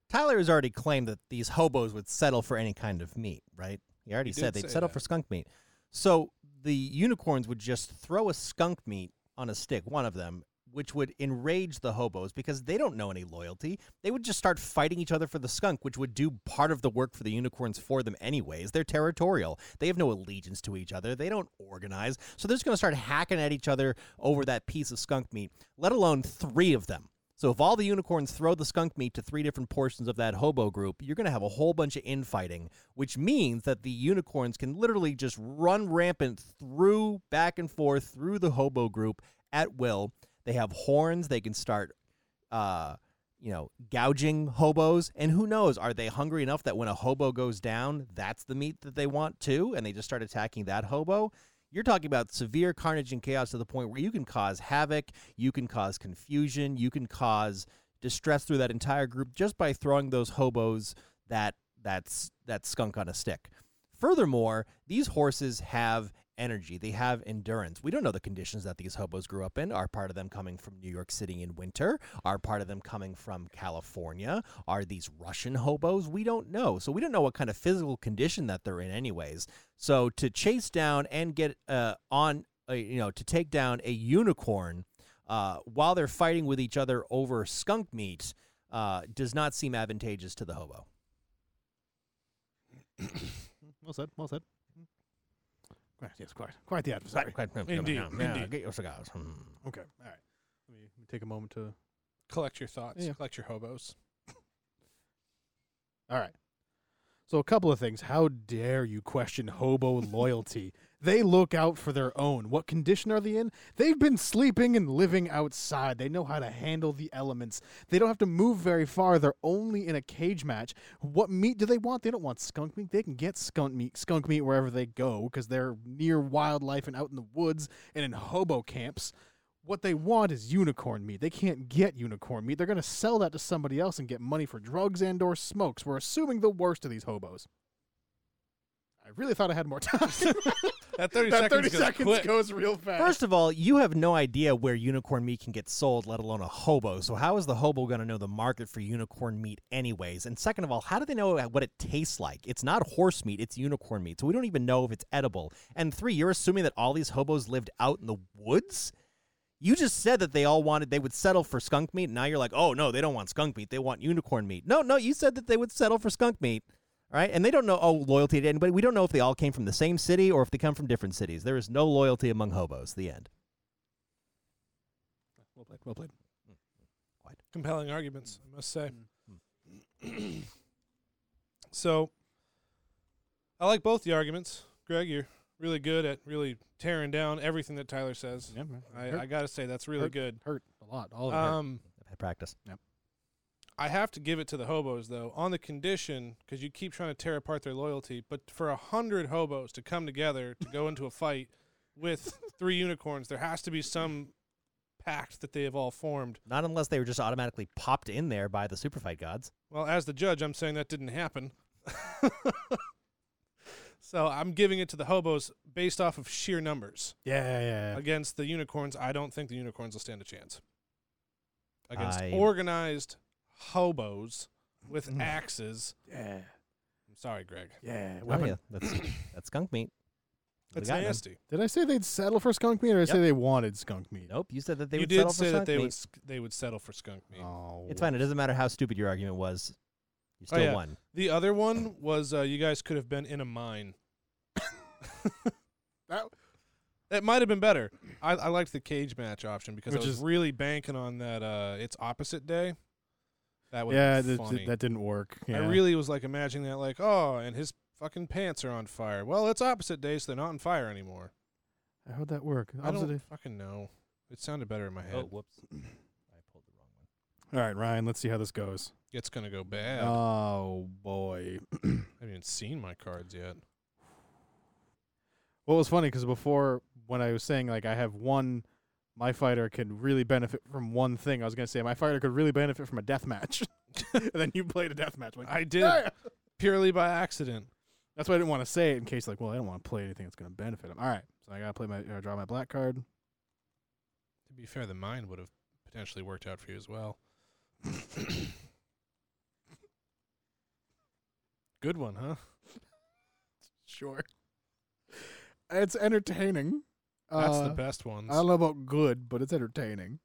Speaker 5: Tyler has already claimed that these hobos would settle for any kind of meat, right? He already
Speaker 3: did
Speaker 5: said they'd
Speaker 3: say
Speaker 5: settle
Speaker 3: that.
Speaker 5: for skunk meat. So the unicorns would just throw a skunk meat on a stick, one of them, which would enrage the hobos because they don't know any loyalty. They would just start fighting each other for the skunk, which would do part of the work for the unicorns for them, anyways. They're territorial. They have no allegiance to each other. They don't organize. So they're just going to start hacking at each other over that piece of skunk meat, let alone three of them. So if all the unicorns throw the skunk meat to three different portions of that hobo group, you're going to have a whole bunch of infighting, which means that the unicorns can literally just run rampant through back and forth through the hobo group at will. They have horns, they can start uh you know, gouging hobos, and who knows, are they hungry enough that when a hobo goes down, that's the meat that they want too, and they just start attacking that hobo? You're talking about severe carnage and chaos to the point where you can cause havoc, you can cause confusion, you can cause distress through that entire group just by throwing those hobos that that's that skunk on a stick. Furthermore, these horses have energy. They have endurance. We don't know the conditions that these hobos grew up in. Are part of them coming from New York City in winter? Are part of them coming from California? Are these Russian hobos? We don't know. So we don't know what kind of physical condition that they're in anyways. So to chase down and get uh, on uh, you know, to take down a unicorn uh, while they're fighting with each other over skunk meat uh, does not seem advantageous to the hobo.
Speaker 4: well said. Well said. Quite, yes, quite, quite the adversary.
Speaker 3: Indeed, indeed. Uh,
Speaker 5: Get your cigars. Hmm.
Speaker 4: Okay, all right. Let me, let me take a moment to.
Speaker 3: Collect your thoughts.
Speaker 4: Yeah.
Speaker 3: Collect your hobos.
Speaker 4: All right. So a couple of things. How dare you question hobo loyalty? They look out for their own. What condition are they in? They've been sleeping and living outside. They know how to handle the elements. They don't have to move very far. They're only in a cage match. What meat do they want? They don't want skunk meat. They can get skunk meat, skunk meat wherever they go because they're near wildlife and out in the woods and in hobo camps. What they want is unicorn meat. They can't get unicorn meat. They're going to sell that to somebody else and get money for drugs and or smokes. We're assuming the worst of these hobos. I really thought I had more time.
Speaker 3: *laughs* That 30
Speaker 4: *laughs* that
Speaker 3: seconds
Speaker 4: 30
Speaker 3: goes
Speaker 4: seconds
Speaker 3: quick.
Speaker 4: goes real fast.
Speaker 5: First of all, you have no idea where unicorn meat can get sold, let alone a hobo. So how is the hobo going to know the market for unicorn meat anyways? And second of all, how do they know what it tastes like? It's not horse meat, it's unicorn meat. So we don't even know if it's edible. And three, you're assuming that all these hobos lived out in the woods? You just said that they all wanted they would settle for skunk meat. Now you're like, "Oh no, they don't want skunk meat. They want unicorn meat." No, no, you said that they would settle for skunk meat. All right? And they don't know oh loyalty to anybody. We don't know if they all came from the same city or if they come from different cities. There is no loyalty among hobos. The end.
Speaker 4: well played, well played.
Speaker 3: Compelling arguments, I must say.
Speaker 4: Mm.
Speaker 3: *clears throat* so, I like both the arguments. Greg, you're really good at really tearing down everything that Tyler says.
Speaker 4: Yeah, man.
Speaker 3: I,
Speaker 4: hurt,
Speaker 3: I got to say, that's really
Speaker 4: Hurt.
Speaker 3: good.
Speaker 4: hurt a lot. All of it. hurt.
Speaker 3: Um,
Speaker 5: I've had practice.
Speaker 3: I have to give it to the hobos though, on the condition because you keep trying to tear apart their loyalty. But for a hundred hobos to come together to go into a fight with three unicorns, there has to be some pact that they have all formed.
Speaker 5: Not unless they were just automatically popped in there by the super fight gods.
Speaker 3: Well, as the judge, I'm saying that didn't happen. *laughs* so I'm giving it to the hobos based off of sheer numbers
Speaker 4: Yeah, yeah,
Speaker 3: against the unicorns. I don't think the unicorns will stand a chance against
Speaker 5: I-
Speaker 3: organized hobos
Speaker 5: *laughs*
Speaker 3: with axes.
Speaker 4: yeah,
Speaker 3: I'm sorry, Greg.
Speaker 4: yeah.
Speaker 5: Oh,
Speaker 4: Weapon.
Speaker 5: yeah, that's that's
Speaker 3: *coughs*
Speaker 5: skunk meat. We
Speaker 3: That's
Speaker 5: got them.
Speaker 3: nasty.
Speaker 4: Did I say they'd settle for skunk meat, or did I say
Speaker 5: Yep.
Speaker 4: they wanted skunk meat?
Speaker 5: Nope, you said that they
Speaker 3: you
Speaker 5: would
Speaker 3: did
Speaker 5: settle
Speaker 3: say
Speaker 5: for
Speaker 3: that
Speaker 5: skunk
Speaker 3: they
Speaker 5: meat.
Speaker 3: would sk- they would settle for skunk meat.
Speaker 4: Oh,
Speaker 5: It's fine. It doesn't matter how stupid your argument was. You still
Speaker 3: Oh, yeah.
Speaker 5: won.
Speaker 3: The other one was uh, you guys could have been in a mine.
Speaker 4: That-
Speaker 3: That might have been better. I, I liked the cage match option because I
Speaker 4: Which
Speaker 3: was
Speaker 4: is-
Speaker 3: really banking on that. Uh, it's opposite day. That would
Speaker 4: Yeah,
Speaker 3: be
Speaker 4: th-
Speaker 3: funny.
Speaker 4: th- that didn't work. Yeah.
Speaker 3: I really was like imagining that, like, oh, and his fucking pants are on fire. Well, it's opposite day, so they're not on fire anymore.
Speaker 4: How'd that work?
Speaker 3: I
Speaker 4: Opposite
Speaker 3: don't
Speaker 4: it-
Speaker 3: fucking know. It sounded better in my
Speaker 7: Oh,
Speaker 3: head.
Speaker 7: whoops. I pulled the wrong one.
Speaker 4: All right, Ryan. Let's see how this goes.
Speaker 3: It's gonna go bad.
Speaker 4: Oh boy.
Speaker 3: I haven't even seen my cards yet.
Speaker 4: Well, it was funny because before when I was saying like I have one, my fighter could really benefit from one thing. I was gonna say my fighter could really benefit from a death match, *laughs* and then you played a death match. Like,
Speaker 3: I did purely by accident.
Speaker 4: That's why I didn't want to say it in case like, well, I don't want to play anything that's gonna benefit him. All right, so I gotta play my or draw my
Speaker 3: *coughs*
Speaker 4: black card.
Speaker 3: To be fair, the mine would have potentially worked out for you as well. Good one, huh?
Speaker 4: Sure. It's entertaining.
Speaker 3: That's
Speaker 4: Uh,
Speaker 3: the best ones.
Speaker 4: I don't know about good, but it's entertaining.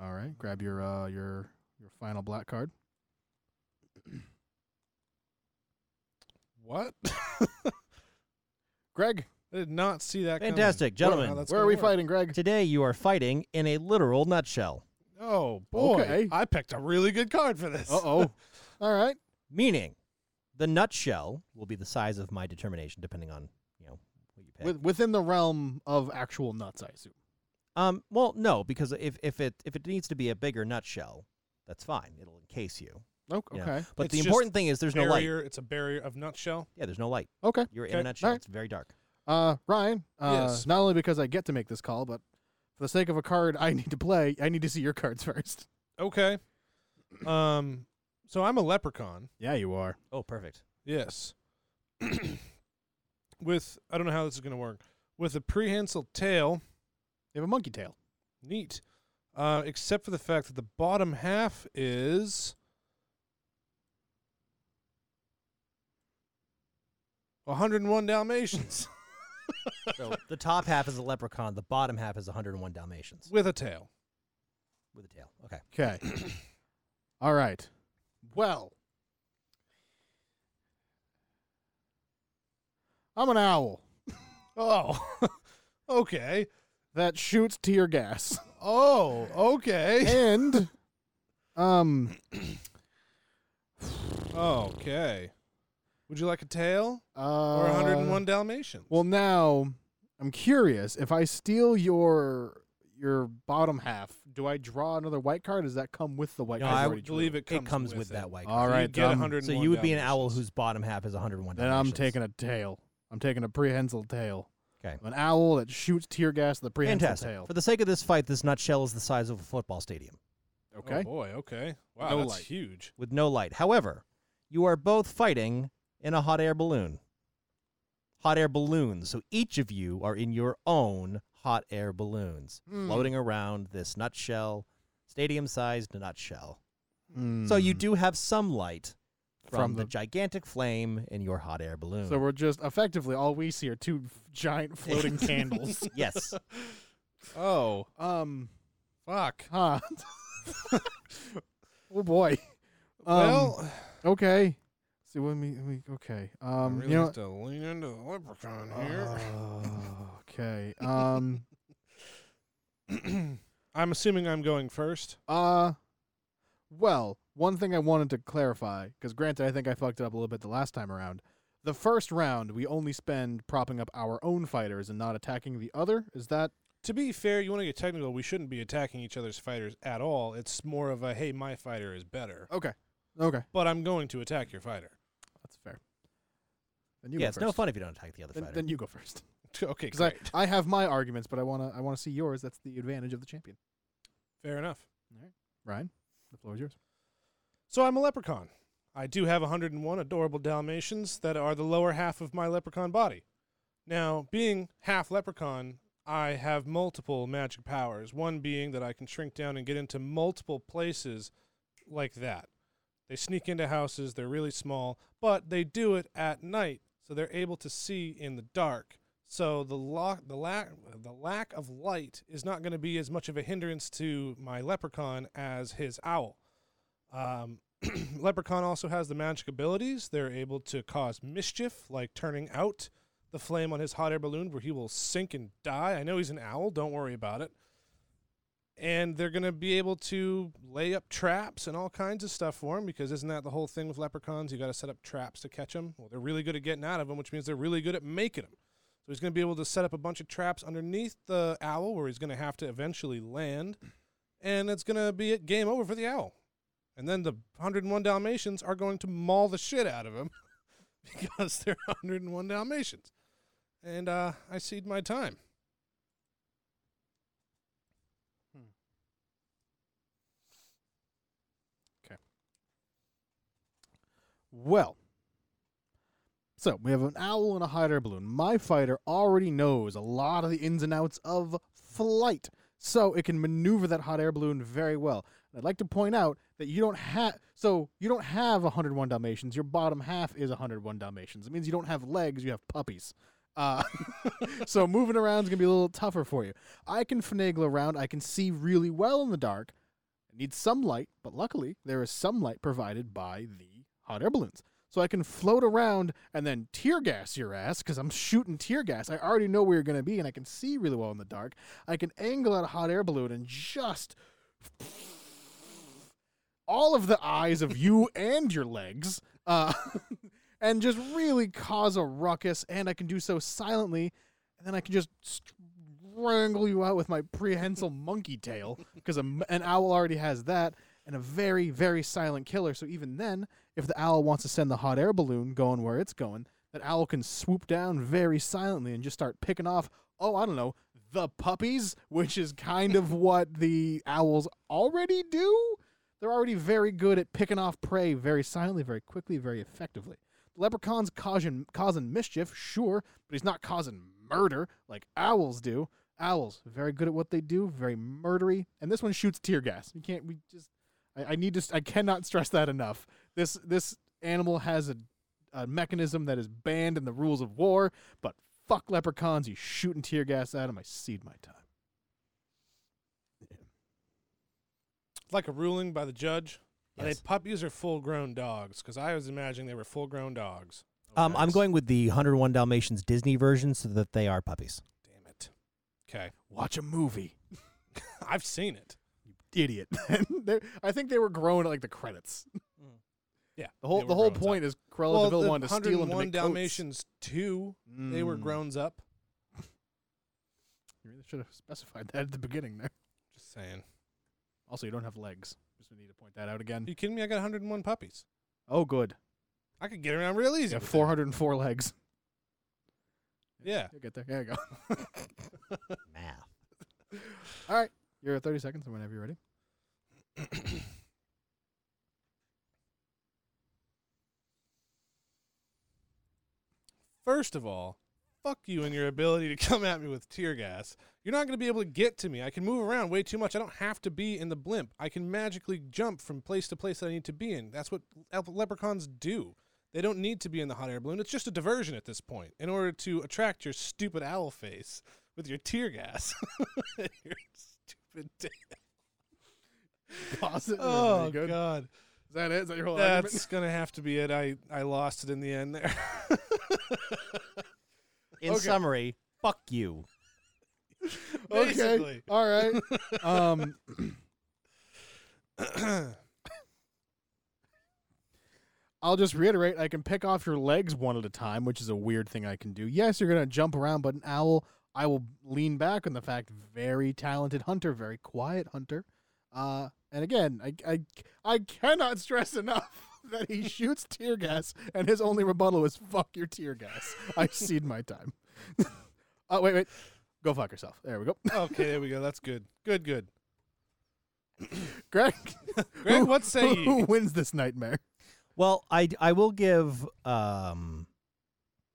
Speaker 4: All right, grab your uh your your final black card.
Speaker 3: what?
Speaker 4: Greg,
Speaker 3: I did not see that. coming.
Speaker 5: Fantastic,
Speaker 3: Wow,
Speaker 5: gentlemen.
Speaker 3: that's
Speaker 4: where
Speaker 3: gonna
Speaker 4: are we
Speaker 3: work. *laughs*
Speaker 4: fighting, Greg?
Speaker 5: Today you are fighting in a literal nutshell,
Speaker 3: Oh boy,
Speaker 4: Okay.
Speaker 3: I picked a really good card for this.
Speaker 4: Uh oh. All right.
Speaker 5: meaning the nutshell will be the size of my determination, depending on you know what you pick.
Speaker 4: With, within the realm of actual nuts, I assume.
Speaker 5: um, well, no, because if if it if it needs to be a bigger nutshell, that's fine. It'll encase you.
Speaker 4: Oh,
Speaker 5: you know.
Speaker 4: okay.
Speaker 5: But
Speaker 3: It's
Speaker 5: the
Speaker 3: just
Speaker 5: important thing is there's no light.
Speaker 3: barrier. It's a barrier of nutshell.
Speaker 5: Yeah, there's no light.
Speaker 4: Okay.
Speaker 5: You're in
Speaker 3: Okay,
Speaker 5: a nutshell.
Speaker 4: alright.
Speaker 5: It's very dark.
Speaker 4: Uh, Ryan, uh,
Speaker 3: Yes.
Speaker 4: not only because I get to make this call, but for the sake of a card I need to play, I need to see your cards *laughs* first.
Speaker 3: Okay. Um. So I'm a leprechaun.
Speaker 4: Yeah, you are.
Speaker 5: Oh, perfect.
Speaker 3: Yes. *coughs* With I don't know how this is going to work. With a prehensile tail,
Speaker 4: You have a monkey tail.
Speaker 3: neat. Uh, except for the fact that the bottom half is one hundred and one Dalmatians
Speaker 5: So *laughs* the top half is a leprechaun. The bottom half is 101 Dalmatians
Speaker 3: with a tail.
Speaker 5: with a tail. Okay.
Speaker 4: *coughs* Okay. All right. Well, I'm an owl *laughs*
Speaker 3: Oh. okay.
Speaker 4: that shoots tear *laughs* gas.
Speaker 3: Oh. Okay.
Speaker 4: and, um,
Speaker 3: okay. Would you like a tail
Speaker 4: uh,
Speaker 3: or 101 Dalmatians?
Speaker 4: Well, now I'm curious. If I steal your your bottom half, do I draw another white card? Does that come with the white
Speaker 5: No,
Speaker 4: card?
Speaker 5: I
Speaker 4: you
Speaker 3: I
Speaker 5: would
Speaker 4: already drew?
Speaker 3: believe it comes,
Speaker 5: it comes with,
Speaker 3: with
Speaker 5: that
Speaker 3: it.
Speaker 5: white.
Speaker 4: All
Speaker 5: card.
Speaker 3: So you'd
Speaker 4: right,
Speaker 3: get
Speaker 4: um,
Speaker 3: 101
Speaker 5: So you would be an owl
Speaker 3: Dalmatians.
Speaker 5: whose bottom half is 101
Speaker 4: Then I'm
Speaker 5: Dalmatians.
Speaker 4: taking a tail. I'm taking a prehensile tail.
Speaker 5: Okay.
Speaker 4: I'm an owl that shoots tear gas with a prehensile
Speaker 5: Fantastic.
Speaker 4: tail.
Speaker 5: For the sake of this fight, this nutshell is the size of a football stadium
Speaker 4: Okay.
Speaker 3: Oh boy, okay. Wow,
Speaker 4: No
Speaker 3: that's
Speaker 4: light.
Speaker 3: huge.
Speaker 5: with no light. However, you are both fighting in a hot air balloon. Hot air balloons. So each of you are in your own hot air balloons,
Speaker 4: Hmm.
Speaker 5: floating around this nutshell, stadium sized nutshell. So you
Speaker 4: Mm.
Speaker 5: do have some light from,
Speaker 4: From
Speaker 5: the,
Speaker 4: the-
Speaker 5: gigantic flame in your hot air balloon.
Speaker 4: So we're just effectively all we see are two *laughs* f- giant
Speaker 5: *laughs*
Speaker 4: floating candles. *laughs*
Speaker 5: yes.
Speaker 3: Oh,
Speaker 4: Um,
Speaker 3: fuck.
Speaker 4: huh. *laughs* oh boy. Um,
Speaker 3: well,
Speaker 4: okay. See what we, we okay.
Speaker 3: I
Speaker 4: Um,
Speaker 3: really
Speaker 4: you know, Uh,
Speaker 3: have to lean into the leprechaun here.
Speaker 4: Oh, *laughs* okay. Um. *laughs*
Speaker 3: I'm assuming I'm going first.
Speaker 4: Uh. Well, one thing I wanted to clarify, because granted, I think I fucked it up a little bit the last time around. the first round we only spend propping up our own fighters and not attacking the other. Is that
Speaker 3: To be fair, you want to get technical. We shouldn't be attacking each other's fighters at all. It's more of a hey, my fighter is better,
Speaker 4: okay? Okay,
Speaker 3: but I'm going to attack your fighter. *laughs*
Speaker 4: that's fair. Then you
Speaker 5: yeah,
Speaker 4: go
Speaker 5: it's
Speaker 4: first.
Speaker 5: no fun if you don't attack the other
Speaker 4: Then,
Speaker 5: fighter.
Speaker 4: then you go first *laughs*
Speaker 3: okay,
Speaker 4: because
Speaker 3: great.
Speaker 4: I, I have my arguments, but I wanna I wanna see yours. That's the advantage of the champion.
Speaker 3: fair enough.
Speaker 4: Ryan, the floor is yours.
Speaker 3: So I'm a leprechaun. I do have 101 adorable Dalmatians that are the lower half of my leprechaun body. Now, being half leprechaun, I have multiple magic powers. One being that I can shrink down and get into multiple places like that. They sneak into houses, they're really small, but they do it at night, so they're able to see in the dark. So the lo- the lack the lack of light is not going to be as much of a hindrance to my leprechaun as his owl. Um, *clears throat* Leprechaun also has the magic abilities. They're able to cause mischief, like turning out the flame on his hot air balloon, where he will sink and die. I know he's an owl, don't worry about it. And they're going to be able to lay up traps and all kinds of stuff for him, because isn't that the whole thing with leprechauns? You got to set up traps to catch them. Well, they're really good at getting out of them, which means they're really good at making them. So he's going to be able to set up a bunch of traps underneath the owl, where he's going to have to eventually land. And it's going to be it- game over for the owl. And then the 101 Dalmatians are going to maul the shit out of him *laughs* because they're *laughs* 101 Dalmatians. And uh, I cede my time.
Speaker 4: Well, so we have an owl and a hot air balloon. My fighter already knows a lot of the ins and outs of flight, so it can maneuver that hot air balloon very well. And I'd like to point out that you don't have so you don't have 101 Dalmatians. Your bottom half is 101 Dalmatians. It means you don't have legs. You have puppies. Uh, *laughs* so moving around is gonna be a little tougher for you. I can finagle around. I can see really well in the dark. It needs some light, but luckily there is some light provided by the hot air balloons. So I can float around and then tear gas your ass because I'm shooting tear gas. I already know where you're going to be and I can see really well in the dark. I can angle out a hot air balloon and just. All of the eyes of you and your legs, uh, *laughs* and just really cause a ruckus. And I can do so silently, and then I can just strangle you out with my prehensile monkey tail because an owl already has that and a very very silent killer so even then if the owl wants to send the hot air balloon going where it's going that owl can swoop down very silently and just start picking off oh i don't know the puppies which is kind of what the owls already do they're already very good at picking off prey very silently very quickly very effectively the leprechaun's causing, causing mischief sure but he's not causing murder like owls do owls very good at what they do very murdery and this one shoots tear gas you can't we just i, I need to s- i cannot stress that enough this this animal has a, a mechanism that is banned in the rules of war but fuck leprechauns he's shooting tear gas at him i cede my time
Speaker 3: Like a ruling by the judge. Are
Speaker 5: Yes.
Speaker 3: they puppies or full grown dogs? Because I was imagining they were full grown dogs.
Speaker 5: Um, I'm going with the 101 Dalmatians Disney version so that they are puppies.
Speaker 3: Damn it. Okay. *laughs*
Speaker 4: watch a movie
Speaker 3: I've seen it.
Speaker 4: idiot *laughs* They're- i think they were growing at like the credits
Speaker 3: Yeah.
Speaker 4: the whole
Speaker 3: they
Speaker 4: the
Speaker 3: were
Speaker 4: whole
Speaker 3: growns
Speaker 4: point is
Speaker 3: up.
Speaker 4: Cruella
Speaker 3: well,
Speaker 4: Deville
Speaker 3: the
Speaker 4: wanted to steal him to
Speaker 3: 101
Speaker 4: make coats.
Speaker 3: Dalmatians, too. They were
Speaker 4: Mm.
Speaker 3: growns up.
Speaker 4: You really should have *laughs* specified that at the beginning there.
Speaker 3: Just saying.
Speaker 4: Also, you don't have legs. Just need to point that out again.
Speaker 3: you kidding me? I got 101 puppies.
Speaker 4: Oh, good.
Speaker 3: I could get around real
Speaker 4: You
Speaker 3: easy.
Speaker 4: have
Speaker 3: with them.
Speaker 4: 404 legs.
Speaker 3: Yeah.
Speaker 4: You'll get there. There you go.
Speaker 5: Math.
Speaker 4: You're at 30 seconds whenever you're
Speaker 3: *laughs*
Speaker 4: ready.
Speaker 3: First of all, fuck you and your ability to *laughs* come at me with tear gas. You're not going to be able to get to me. I can move around way too much. I don't have to be in the blimp. I can magically jump from place to place that I need to be in. That's what lep- leprechauns do. They don't need to be in the hot air balloon. It's just a diversion at this point in order to attract your stupid owl face with your tear gas. *laughs* your stupid tail.
Speaker 4: Pause it.
Speaker 3: Oh,
Speaker 4: good.
Speaker 3: God.
Speaker 4: Is that it? Is that your whole argument?
Speaker 3: That's going to have to be it. I, I lost it in the end there. *laughs*
Speaker 5: In
Speaker 4: Okay.
Speaker 5: summary, fuck you.
Speaker 3: Basically.
Speaker 4: Okay. All right. Um, *clears throat* I'll just reiterate I can pick off your legs one at a time, which is a weird thing I can do. Yes, you're going to jump around, but an owl, I will lean back on the fact very talented hunter, very quiet hunter. Uh, and again, I, I, I cannot stress enough *laughs* that he shoots tear gas, and his only rebuttal is fuck your tear gas. I've seen my time. *laughs* oh, wait, wait. Go fuck yourself. There we go.
Speaker 3: Okay, there we go. That's good. Good, good.
Speaker 5: *laughs*
Speaker 4: Greg,
Speaker 3: Greg, what say
Speaker 4: who, who
Speaker 3: ye?
Speaker 4: wins this nightmare?
Speaker 5: Well, I I will give um,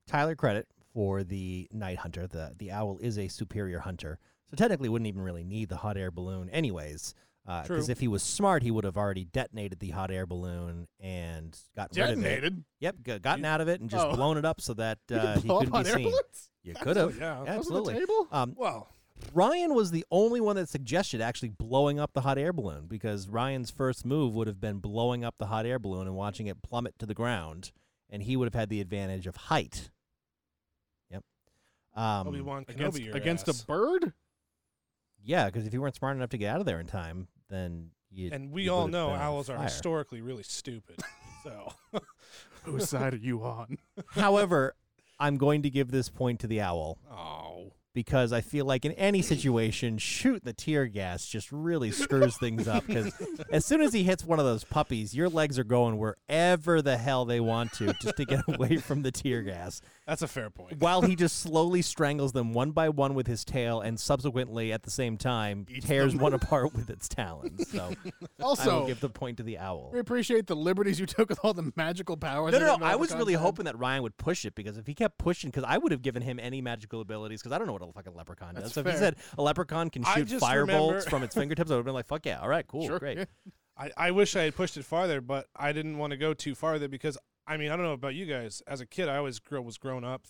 Speaker 5: Tyler credit for the night hunter. The the owl is a superior hunter, so technically wouldn't even really need the hot air balloon, anyways.
Speaker 3: True.
Speaker 5: Because if he was smart, he would have already detonated the hot air balloon and gotten rid of it. Yep, g- gotten out of it and just
Speaker 4: Oh.
Speaker 5: blown it up so that
Speaker 4: *laughs* You
Speaker 5: uh,
Speaker 4: can
Speaker 5: he
Speaker 4: blow up
Speaker 5: couldn't
Speaker 4: hot
Speaker 5: be
Speaker 4: air
Speaker 5: seen.
Speaker 4: balloons?
Speaker 5: You could
Speaker 3: Absolutely,
Speaker 5: have.
Speaker 3: yeah.
Speaker 4: Over the
Speaker 5: Absolutely.
Speaker 4: table?
Speaker 5: Um,
Speaker 3: Well,
Speaker 5: Ryan was the only one that suggested actually blowing up the hot air balloon because Ryan's first move would have been blowing up the hot air balloon and watching it plummet to the ground, and he would have had the advantage of height. Yep. Um,
Speaker 3: Obi Wan
Speaker 4: against,
Speaker 3: Kenobi your
Speaker 4: against
Speaker 3: ass.
Speaker 4: a bird?
Speaker 5: Yeah, because if you weren't smart enough to get out of there in time, then you.
Speaker 3: and we
Speaker 5: you
Speaker 3: all
Speaker 5: would have
Speaker 3: know
Speaker 5: been on
Speaker 3: owls are
Speaker 5: fire.
Speaker 3: historically really stupid. So
Speaker 4: Whose side are you on?
Speaker 5: However, I'm going to give this point to the owl
Speaker 3: oh,
Speaker 5: because I feel like in any situation, shoot the tear gas just really screws things up. Because as soon as he hits one of those puppies, your legs are going wherever the hell they want to just to get *laughs* away from the tear gas.
Speaker 3: that's a fair point.
Speaker 5: While he just slowly strangles them one by one with his tail, and subsequently at the same time tears one apart with its talons. So *laughs* I will
Speaker 4: Also,
Speaker 5: give the point to the owl.
Speaker 4: we appreciate the liberties you took with all the magical powers.
Speaker 5: No,
Speaker 4: that
Speaker 5: no,
Speaker 4: didn't
Speaker 5: no. I
Speaker 4: all
Speaker 5: was
Speaker 4: the
Speaker 5: really
Speaker 4: content.
Speaker 5: hoping that Ryan would push it because if he kept pushing, because I would have given him any magical abilities because I don't know what a fucking leprechaun does.
Speaker 4: That's
Speaker 5: so if he
Speaker 4: fair.
Speaker 5: said a leprechaun can
Speaker 3: I
Speaker 5: shoot
Speaker 3: just
Speaker 5: fire bolts
Speaker 3: remember-
Speaker 5: from its fingertips, I would have been like, fuck yeah, all right, cool,
Speaker 4: Sure,
Speaker 5: great.
Speaker 4: yeah.
Speaker 3: I, I wish I had pushed it farther, but I didn't want to go too farther because I mean I don't know about you guys. As a kid, I always grow, was grown up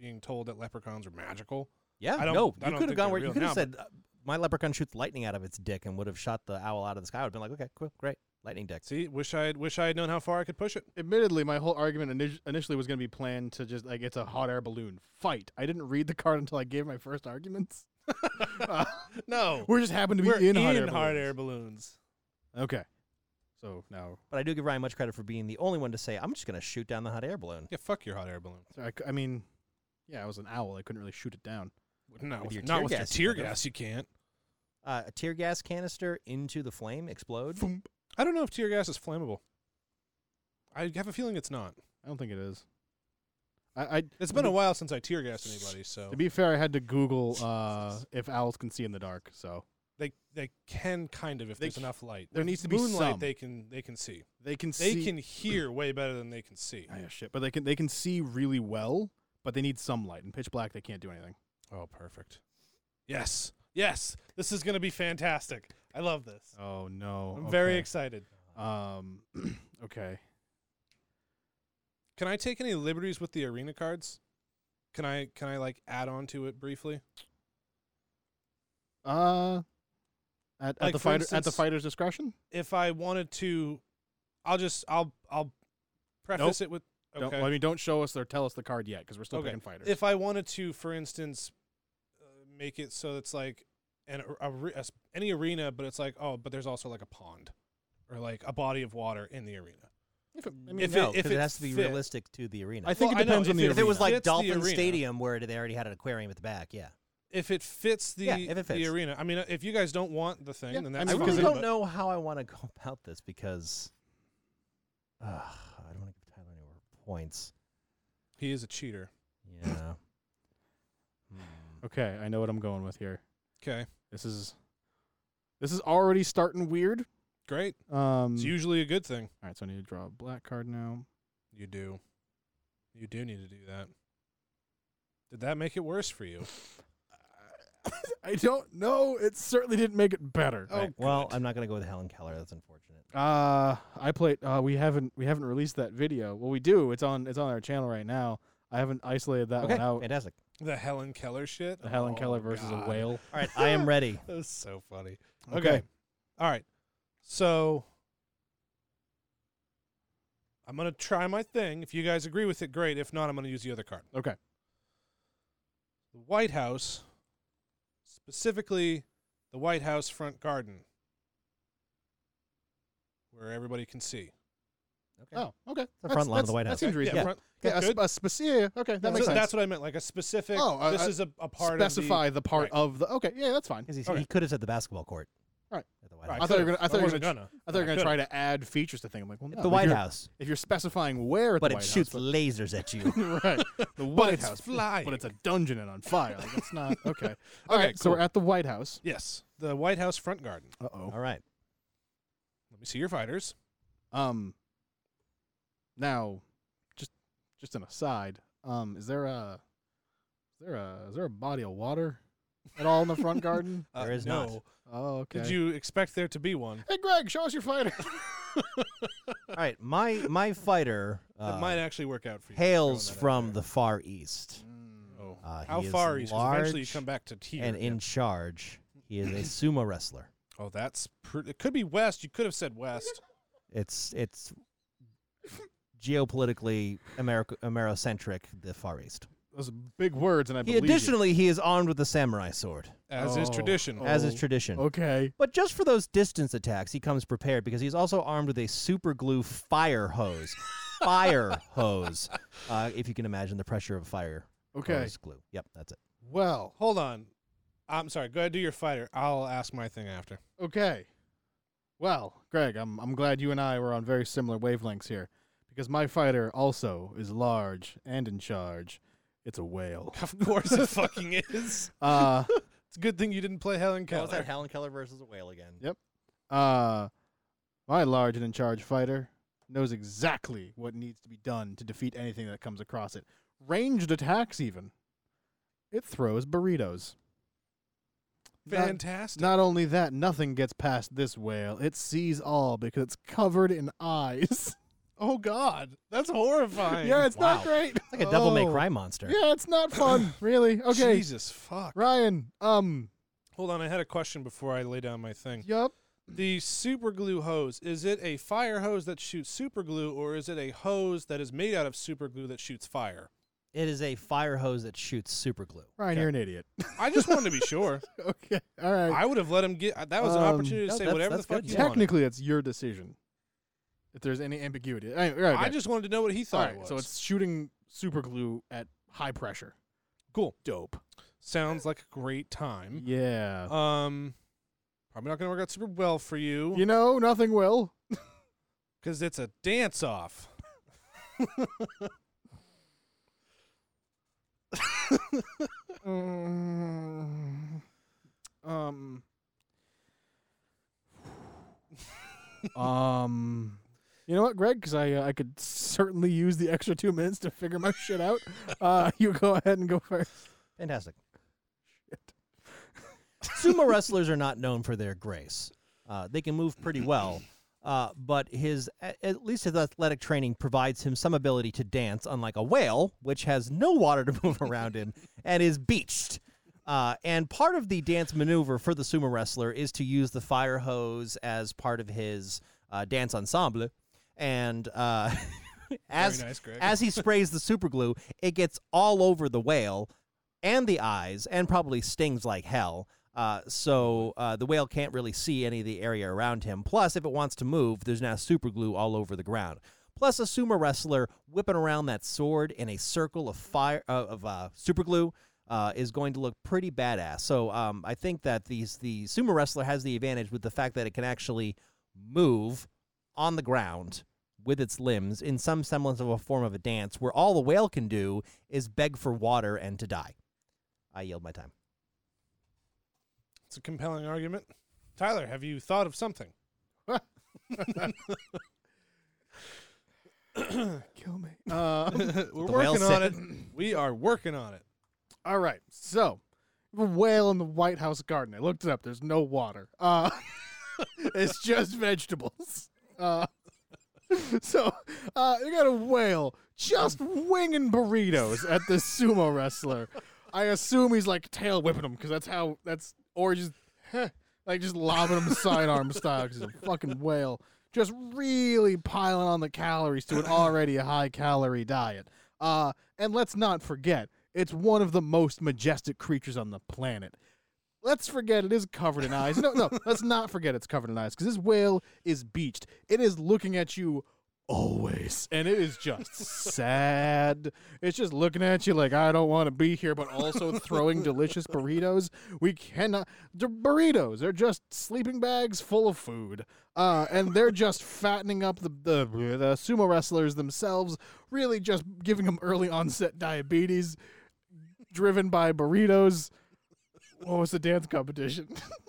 Speaker 3: being told that leprechauns are magical.
Speaker 5: Yeah,
Speaker 3: I don't- I
Speaker 5: no, you
Speaker 3: don't
Speaker 5: could have
Speaker 3: think
Speaker 5: gone
Speaker 3: they're
Speaker 5: where you
Speaker 3: real
Speaker 5: could have
Speaker 3: now,
Speaker 5: said, uh, my leprechaun shoots lightning out of its dick and would have shot the owl out of the sky. I would have been like, okay, cool, great, lightning dick.
Speaker 3: See, wish I had wish I had known how far I could push it.
Speaker 4: Admittedly, my whole argument init- initially was going to be planned to just like it's a hot air balloon fight. I didn't read the card until I gave my
Speaker 5: *laughs*
Speaker 4: first arguments. *laughs* Uh,
Speaker 3: No,
Speaker 4: we just happened to be
Speaker 3: we're
Speaker 4: in, hot, air
Speaker 3: hot
Speaker 4: balloons.
Speaker 3: air balloons.
Speaker 4: Okay, so now
Speaker 5: But I do give Ryan much credit for being the only one to say, I'm just going to shoot down the hot air balloon.
Speaker 3: Yeah, fuck your hot air balloon.
Speaker 4: so I, c- I mean, yeah, I was an owl. I couldn't really shoot it down.
Speaker 3: No,
Speaker 5: With your
Speaker 3: not
Speaker 5: tear
Speaker 3: with
Speaker 5: gas, you
Speaker 3: your tear
Speaker 5: could've.
Speaker 3: gas. You can't.
Speaker 5: Uh, a tear gas canister into the flame, explode.
Speaker 3: I don't know if tear gas is flammable. I have a feeling it's not.
Speaker 4: I don't think it is. I, I
Speaker 3: It's been a while since I tear gassed anybody, so
Speaker 4: to be fair, I had to Google
Speaker 3: *laughs*
Speaker 4: uh, if owls can see in the dark. So
Speaker 3: they they can kind of if
Speaker 4: They
Speaker 3: there's
Speaker 4: c-
Speaker 3: enough light.
Speaker 4: there
Speaker 3: With
Speaker 4: needs to be
Speaker 3: moonlight.
Speaker 4: some.
Speaker 3: They can they can see.
Speaker 4: they can
Speaker 3: They
Speaker 4: see.
Speaker 3: can
Speaker 4: *clears throat*
Speaker 3: hear way better than they can see.
Speaker 4: Ah, yeah, shit. But they can they can see really well, but they need some light. In pitch black, they can't do anything.
Speaker 3: Oh, perfect. Yes, yes. This is gonna be fantastic. I love this.
Speaker 4: Oh no!
Speaker 3: I'm very excited.
Speaker 4: Um, *clears throat* okay.
Speaker 3: Can I take any liberties with the arena cards? Can I can I like add on to it briefly?
Speaker 4: Uh,
Speaker 3: Like,
Speaker 4: at, at the
Speaker 3: for
Speaker 4: fighter at the
Speaker 3: instance-
Speaker 4: fighter's discretion.
Speaker 3: If I wanted to, I'll just I'll I'll preface it with
Speaker 4: Don't,
Speaker 3: okay.
Speaker 4: well, I mean, don't show us or tell us the card yet because we're still
Speaker 3: Okay.
Speaker 4: picking fighters.
Speaker 3: if I wanted to, for instance, uh, make it so it's like an a, re- a s- any arena, but it's like oh, but there's also like a pond or like a body of water in the arena.
Speaker 4: If it- I mean,
Speaker 3: if
Speaker 5: no,
Speaker 3: it- if
Speaker 5: 'cause
Speaker 3: it
Speaker 5: it has to be
Speaker 3: fit-
Speaker 5: realistic to the arena.
Speaker 4: I think
Speaker 3: Well,
Speaker 4: it
Speaker 3: I know,
Speaker 4: depends on
Speaker 3: if
Speaker 4: the
Speaker 3: it-
Speaker 4: arena.
Speaker 5: if it was like
Speaker 3: Fits the
Speaker 5: Dolphin
Speaker 3: arena.
Speaker 5: Stadium where they already had an aquarium at the back, yeah.
Speaker 3: If it fits the
Speaker 5: Yeah, if it
Speaker 3: the
Speaker 5: fits.
Speaker 3: arena, I mean, uh, if you guys don't want the thing,
Speaker 4: Yeah,
Speaker 3: then
Speaker 4: I
Speaker 3: that's
Speaker 5: I
Speaker 4: mean,
Speaker 3: fine,
Speaker 5: really
Speaker 4: because it-
Speaker 5: don't
Speaker 3: but-
Speaker 5: know how I want to go about this because uh, I don't want to give Tyler any more points.
Speaker 3: He is a cheater.
Speaker 5: Yeah. Hmm.
Speaker 3: Oh,
Speaker 4: okay, I know what I'm going with here.
Speaker 3: Okay,
Speaker 4: This is this is already starting weird.
Speaker 3: great.
Speaker 4: Um,
Speaker 3: It's
Speaker 5: Mm.
Speaker 3: usually a good thing.
Speaker 4: all right, so I need to draw a black card now.
Speaker 3: You do, you do need to do that. Did that make it worse for
Speaker 5: *laughs*
Speaker 3: you?
Speaker 4: I don't know. It certainly didn't make it better.
Speaker 5: All right, Well, I'm not going to go with Helen Keller. That's unfortunate.
Speaker 4: Uh, I played. Uh, we haven't we haven't released that video. Well, we do. It's on it's on our channel right now. I haven't isolated
Speaker 3: Oh,
Speaker 4: that
Speaker 5: Okay,
Speaker 4: one
Speaker 3: *laughs*
Speaker 4: out.
Speaker 5: fantastic.
Speaker 3: The Helen Keller shit.
Speaker 4: The Helen
Speaker 3: Oh,
Speaker 4: Keller versus
Speaker 3: God.
Speaker 4: a whale.
Speaker 5: All right,
Speaker 3: *laughs*
Speaker 5: I am ready.
Speaker 3: That was so funny.
Speaker 4: Okay.
Speaker 3: okay. All right. So I'm going to try my thing. If you guys agree with it, great. If not, I'm going to use the other card.
Speaker 4: Okay.
Speaker 3: The White House, specifically the White House front garden, where everybody can see,
Speaker 7: Okay.
Speaker 4: Oh, okay. It's
Speaker 5: the front lawn of the White House.
Speaker 4: That seems
Speaker 3: Yeah,
Speaker 4: reasonable.
Speaker 3: front-
Speaker 4: Yeah,
Speaker 3: yeah,
Speaker 4: a,
Speaker 3: good.
Speaker 4: sp- a spec- yeah, yeah, okay, that
Speaker 3: So
Speaker 4: makes sense.
Speaker 3: That's what I meant. Like a specific.
Speaker 4: Oh, uh,
Speaker 3: this
Speaker 4: uh,
Speaker 3: is a, a part
Speaker 4: Specify
Speaker 3: of
Speaker 4: the, part
Speaker 3: right.
Speaker 4: of the. Okay, yeah, that's fine.
Speaker 5: 'Cause he's-
Speaker 3: Okay.
Speaker 5: he could have said the basketball court.
Speaker 4: Right.
Speaker 5: At the
Speaker 3: the.
Speaker 5: White
Speaker 3: Right,
Speaker 5: House.
Speaker 4: I thought you were
Speaker 3: could've.
Speaker 4: gonna- I thought you were
Speaker 3: wasn't
Speaker 4: gonna- I thought you were going
Speaker 3: could've.
Speaker 4: to try to add features to things. I'm like, well, no,
Speaker 3: Oh,
Speaker 5: the
Speaker 4: if
Speaker 5: White
Speaker 4: you're-
Speaker 5: House,
Speaker 4: If you're specifying where, at
Speaker 5: but
Speaker 4: the
Speaker 5: it
Speaker 4: White
Speaker 5: shoots
Speaker 4: House,
Speaker 5: lasers
Speaker 3: *laughs*
Speaker 5: at you.
Speaker 4: but- *laughs* right, the White
Speaker 3: it's
Speaker 4: House,
Speaker 3: flying.
Speaker 4: but it's a dungeon and on fire. Like,
Speaker 3: *laughs*
Speaker 4: it's not okay. All right, so we're at the White House.
Speaker 3: Yes, the White House front garden.
Speaker 4: Uh oh.
Speaker 5: All right.
Speaker 3: Let me see your fighters.
Speaker 4: Um. Now, just just an aside. Um, is there a is there a is there a body of water at all in
Speaker 3: *laughs*
Speaker 4: the front garden?
Speaker 3: Uh,
Speaker 5: There is
Speaker 3: no.
Speaker 5: not.
Speaker 4: Oh, okay.
Speaker 3: Did you expect there to be one?
Speaker 4: Hey, Greg, show us your fighter.
Speaker 5: All right. My my fighter
Speaker 3: *laughs* That
Speaker 5: uh,
Speaker 3: might actually work out for you.
Speaker 5: hails
Speaker 3: throwing that out
Speaker 5: from
Speaker 3: there.
Speaker 5: the Far East.
Speaker 3: Oh.
Speaker 5: Uh, he
Speaker 3: How
Speaker 5: is
Speaker 3: far east? 'Cause Eventually, you
Speaker 5: large
Speaker 3: come back to here.
Speaker 5: and in charge. He *coughs* is a sumo wrestler.
Speaker 3: oh, that's pr- it. Could be west. You could have said west.
Speaker 5: It's it's geopolitically America Amerocentric, the Far East.
Speaker 4: Those are big words, and I
Speaker 5: He
Speaker 4: believe you.
Speaker 5: additionally he is armed with a samurai sword,
Speaker 3: As is
Speaker 4: Oh.
Speaker 3: tradition.
Speaker 4: Oh.
Speaker 5: as is tradition.
Speaker 4: Okay.
Speaker 5: But just for those distance attacks, he comes prepared because he's also armed with a super glue fire
Speaker 4: *laughs*
Speaker 5: hose. fire hose. Uh, if you can imagine the pressure of a fire
Speaker 4: Okay.
Speaker 5: hose glue. Yep, that's it.
Speaker 4: Well.
Speaker 3: Hold on. I'm sorry. Go ahead, do your fighter. I'll ask my thing after. *laughs*
Speaker 4: Okay. Well, Greg, I'm I'm glad you and I were on very similar wavelengths here, because my fighter also is large and in charge. It's
Speaker 3: *laughs*
Speaker 4: a whale.
Speaker 3: Of course, it fucking is. It's
Speaker 4: Uh.
Speaker 3: a good thing you didn't play Helen Keller.
Speaker 5: Helen Keller versus a whale again?
Speaker 4: Yep. Uh, my large and in charge fighter knows exactly what needs to be done to defeat anything that comes across it. Ranged attacks, even. It throws burritos. Not,
Speaker 3: Fantastic.
Speaker 4: not only that, nothing gets past this whale. It sees all because it's covered in eyes. *laughs*
Speaker 3: oh God, that's horrifying.
Speaker 4: yeah, it's
Speaker 5: Wow.
Speaker 4: not great.
Speaker 5: It's like a double may
Speaker 3: Oh.
Speaker 5: cry monster.
Speaker 4: Yeah, it's not fun,
Speaker 5: *coughs*
Speaker 4: really. Okay,
Speaker 3: Jesus fuck.
Speaker 4: Ryan. Um,
Speaker 3: Hold on, I had a question before I lay down my thing.
Speaker 4: yup.
Speaker 3: The super glue hose, is it a fire hose that shoots super glue or is it a hose that is made out of super glue that shoots fire?
Speaker 5: It is a fire hose that shoots super glue.
Speaker 4: Ryan,
Speaker 3: Okay.
Speaker 4: you're an idiot. *laughs*
Speaker 3: I just wanted to be sure.
Speaker 4: okay, all *laughs* right.
Speaker 3: I would have let him get that was an
Speaker 4: Um,
Speaker 3: opportunity to
Speaker 5: no,
Speaker 3: say
Speaker 5: that's-
Speaker 3: whatever the
Speaker 5: that's
Speaker 3: fuck
Speaker 5: good.
Speaker 3: you wanted.
Speaker 4: Technically, it's your decision. If there's any ambiguity, All right, all right,
Speaker 3: I
Speaker 4: guys.
Speaker 3: just wanted to know what he
Speaker 4: all
Speaker 3: thought it
Speaker 4: right.
Speaker 3: was.
Speaker 4: So it's shooting super glue at high pressure.
Speaker 3: cool.
Speaker 4: Dope.
Speaker 3: Sounds like a great time.
Speaker 4: Yeah.
Speaker 3: Um probably not going to work out super well for
Speaker 4: you know, nothing will.
Speaker 3: because it's a dance off.
Speaker 4: Mm, um. *laughs* um. You know what, Greg? Because I uh, I could certainly use the extra two minutes to figure my shit *laughs* out. Uh, you go ahead and go first.
Speaker 5: Fantastic. *laughs* Sumo wrestlers are not known for their grace. Uh, they can move pretty well, uh, but his a- at least his athletic training provides him some ability to dance, unlike a whale, which has no water to *laughs* move around in and is beached. Uh, and part of the dance maneuver for the sumo wrestler is to use the fire hose as part of his uh, dance ensemble. And uh, *laughs* as
Speaker 3: nice, Greg.
Speaker 5: as he sprays the super glue, it gets all over the whale and the eyes and probably stings like hell. Uh, so uh, the whale can't really see any of the area around him. Plus, if it wants to move, there's now super glue all over the ground. Plus, a sumo wrestler whipping around that sword in a circle of fire uh, of uh, super glue uh, is going to look pretty badass. So um, I think that these the sumo wrestler has the advantage with the fact that it can actually move on the ground with its limbs in some semblance of a form of a dance where all the whale can do is beg for water and to die. I yield my time.
Speaker 3: It's a compelling argument. Tyler, have you thought of something?
Speaker 4: Kill me. *laughs* Uh,
Speaker 3: We're
Speaker 5: *laughs* the whale
Speaker 3: working on
Speaker 5: said.
Speaker 3: it. We are working on it.
Speaker 4: All right. So, the whale in the White House garden. I looked it up. There's no water. Uh, *laughs* it's just vegetables. Uh, *laughs* so, uh, you got a whale just winging burritos at this sumo wrestler. I assume he's like tail whipping them because that's how that's or just heh, like just lobbing them sidearm style 'cause he's a fucking whale. Just really piling on the calories to an already high calorie diet. Uh, and let's not forget, it's one of the most majestic creatures on the planet. Let's forget it is covered in eyes. No, no, let's not forget it's covered in eyes because this whale is beached. It is looking at you always. And it is just sad. It's just looking at you like, I don't want to be here, but also throwing delicious burritos. We cannot. The burritos, they're just sleeping bags full of food. Uh, and they're just fattening up the, the, the sumo wrestlers themselves, really just giving them early onset diabetes driven by burritos. What was the dance competition? *laughs*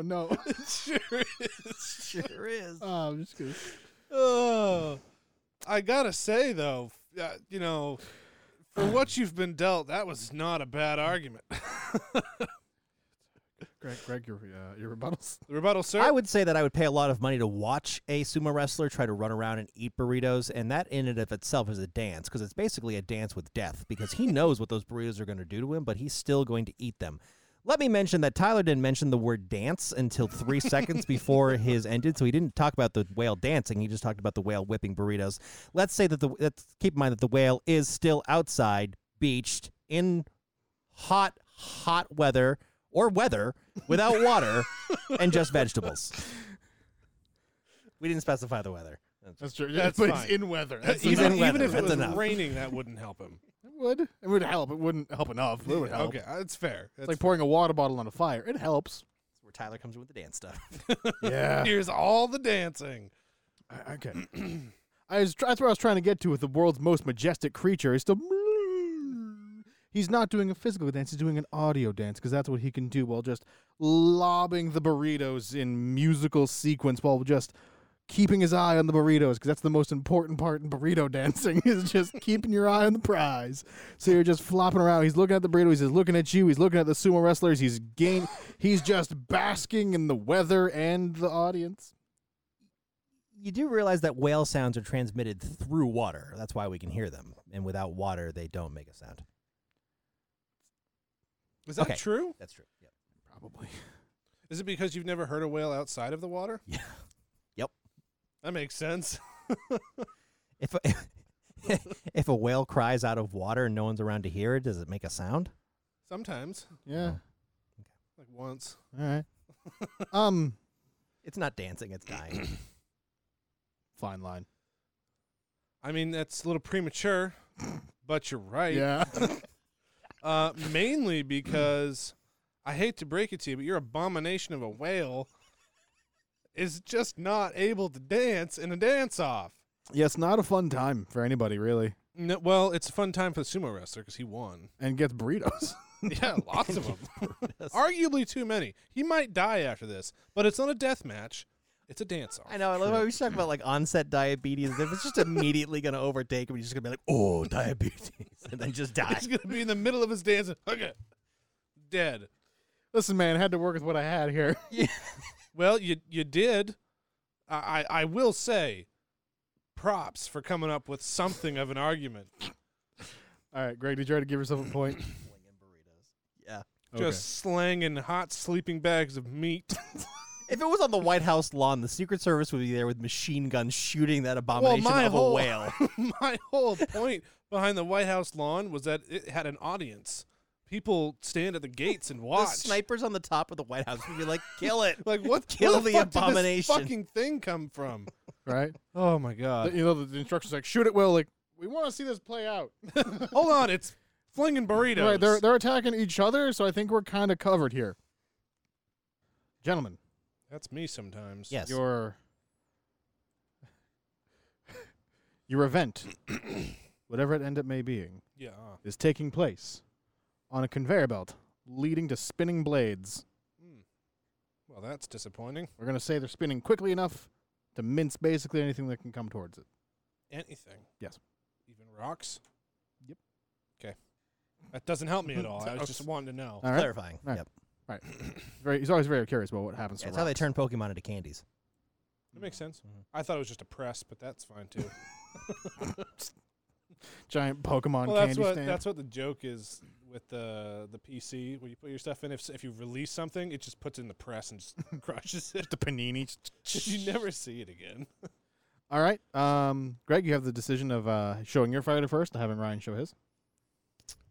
Speaker 5: *laughs*
Speaker 4: no.
Speaker 5: Sure is.
Speaker 4: Oh, I'm just going to.
Speaker 3: Oh, I gotta say though, f- uh, you know, for what you've been dealt, that was not a bad argument. *laughs*
Speaker 4: Greg, Greg your, uh, your rebuttals.
Speaker 3: the rebuttal, sir.
Speaker 5: I would say that I would pay a lot of money to watch a sumo wrestler try to run around and eat burritos, and that in and of itself is a dance because it's basically a dance with death because he knows what those burritos are going to do to him, but he's still going to eat them. Let me mention that Tyler didn't mention the word dance until three seconds before his ended, so he didn't talk about the whale dancing. He just talked about the whale whipping burritos. Let's say that the let's keep in mind that the whale is still outside, beached in hot, hot weather or weather without water and just vegetables. We didn't specify the weather.
Speaker 4: That's true. Yeah,
Speaker 3: That's
Speaker 4: *laughs* but
Speaker 3: fine.
Speaker 4: it's in weather.
Speaker 3: Uh,
Speaker 4: That's
Speaker 5: he's
Speaker 3: even
Speaker 5: in
Speaker 3: even
Speaker 5: weather,
Speaker 3: if it
Speaker 5: that's
Speaker 3: was
Speaker 5: enough.
Speaker 3: raining, that wouldn't help
Speaker 4: *laughs*
Speaker 3: him.
Speaker 4: It would. It would help. It wouldn't help enough. It would help.
Speaker 3: Okay, that's fair. That's
Speaker 4: It's like *laughs* pouring a water bottle on a fire. It helps.
Speaker 5: Where Tyler comes in with the dance stuff.
Speaker 4: Yeah.
Speaker 3: here's all the dancing.
Speaker 4: okay. *clears throat* I was, that's where I was trying to get to with the world's most majestic creature. Is still. *laughs* He's not doing a physical dance. He's doing an audio dance because that's what he can do while just lobbing the burritos in musical sequence while just keeping his eye on the burritos because that's the most important part in burrito *laughs* dancing is just keeping your eye on the prize. So you're just flopping around. He's looking at the burritos. He's looking at you. He's looking at the sumo wrestlers. He's gain. He's just basking in the weather and the audience.
Speaker 5: *laughs* You do realize that whale sounds are transmitted through water. That's why we can hear them. And without water, they don't make a sound.
Speaker 3: Is that
Speaker 5: Okay.
Speaker 3: true?
Speaker 5: That's true. Yep.
Speaker 4: Probably.
Speaker 3: Is it because you've never heard a whale outside of the water?
Speaker 5: Yeah. Yep.
Speaker 3: That makes sense. *laughs*
Speaker 5: *laughs* If a, *laughs* if a whale cries out of water and no one's around to hear it, does it make a sound?
Speaker 3: Sometimes,
Speaker 4: Yeah.
Speaker 3: like once.
Speaker 4: All right. *laughs* um.
Speaker 5: It's not dancing, it's *coughs* dying. *laughs*
Speaker 4: Fine line.
Speaker 3: I mean, that's a little premature, *coughs* but you're right.
Speaker 4: Yeah.
Speaker 3: Uh, *coughs* mainly because I hate to break it to you, but your abomination of a whale is just not able to dance in a dance off.
Speaker 4: *laughs* yeah. It's not a fun time for anybody really,
Speaker 3: No, well, it's a fun time for the sumo wrestler because he won.
Speaker 4: and gets burritos.
Speaker 3: *laughs*
Speaker 4: *laughs*
Speaker 3: Yeah, lots *laughs* of them. Arguably too many. He might die after this, but it's not a death match. It's a dance off.
Speaker 5: I know. I love how we talk about like onset diabetes. If it's *laughs* just immediately going to overtake him, he's just going to be like, oh, diabetes,
Speaker 3: *laughs*
Speaker 5: and then just die.
Speaker 3: *laughs* He's gonna be in the middle of his dance. and- Okay, dead.
Speaker 4: Listen, man, I had to work with what I had here. *laughs*
Speaker 3: Well, you you did. I I, I will say, props for coming up with something of an argument.
Speaker 4: All right, Greg, did you already give yourself a point? Okay.
Speaker 3: Just slanging hot sleeping bags of meat. *laughs*
Speaker 5: If it was on the White House lawn, the Secret Service would be there with machine guns shooting that abomination
Speaker 3: my
Speaker 5: of
Speaker 3: whole-
Speaker 5: a *laughs* whale.
Speaker 3: My whole point behind the White House lawn was that it had an audience. People stand at the gates and
Speaker 5: the
Speaker 3: *laughs* watch.
Speaker 5: snipers on the top of the White House would be like, kill it.
Speaker 3: *laughs*
Speaker 5: *laughs*
Speaker 3: Like what? where
Speaker 5: Kill
Speaker 3: the,
Speaker 5: the
Speaker 3: fuck did this
Speaker 5: abomination.
Speaker 3: fucking thing come from?
Speaker 4: right.
Speaker 3: Oh my god!
Speaker 4: you know, the, the instructions like shoot it well. Like we want to see this play out. *laughs*
Speaker 3: Hold on, it's flinging burritos.
Speaker 4: Right, they're they're attacking each other, so I think we're kind of covered here. Gentlemen,
Speaker 3: That's me sometimes.
Speaker 5: *laughs* yes.
Speaker 4: your *laughs* your event, whatever it end up may being,
Speaker 3: Yeah. uh,
Speaker 4: is taking place on a conveyor belt leading to spinning blades.
Speaker 3: hmm. Well, that's disappointing.
Speaker 4: We're gonna say they're spinning quickly enough to mince basically anything that can come towards it.
Speaker 3: Anything.
Speaker 4: Yes.
Speaker 3: Even rocks.
Speaker 4: Yep.
Speaker 3: Okay. That doesn't help
Speaker 4: *laughs*
Speaker 3: me at all. I was just wanting to
Speaker 4: *coughs*
Speaker 3: know.
Speaker 4: All right,
Speaker 5: Clarifying.
Speaker 4: Right.
Speaker 5: Yep.
Speaker 4: very, he's always very curious about what happens.
Speaker 5: That's
Speaker 4: to
Speaker 5: how they
Speaker 4: rocks.
Speaker 5: turn Pokemon into candies.
Speaker 3: That makes sense.
Speaker 4: Mm-hmm.
Speaker 5: Mhm.
Speaker 3: I thought it was just a press, but that's fine
Speaker 4: *laughs*
Speaker 3: too. *laughs*
Speaker 4: giant Pokemon
Speaker 3: well,
Speaker 4: candy
Speaker 3: that's what
Speaker 4: stand.
Speaker 3: that's what the joke is with the the PC where you put your stuff in. If s- if you release something, it just puts it in the press and
Speaker 4: *laughs*
Speaker 3: just crushes it. *laughs*
Speaker 4: the panini.
Speaker 3: you never see it again.
Speaker 4: All right, um, Greg, you have the decision of uh, showing your fighter first and having Ryan show his.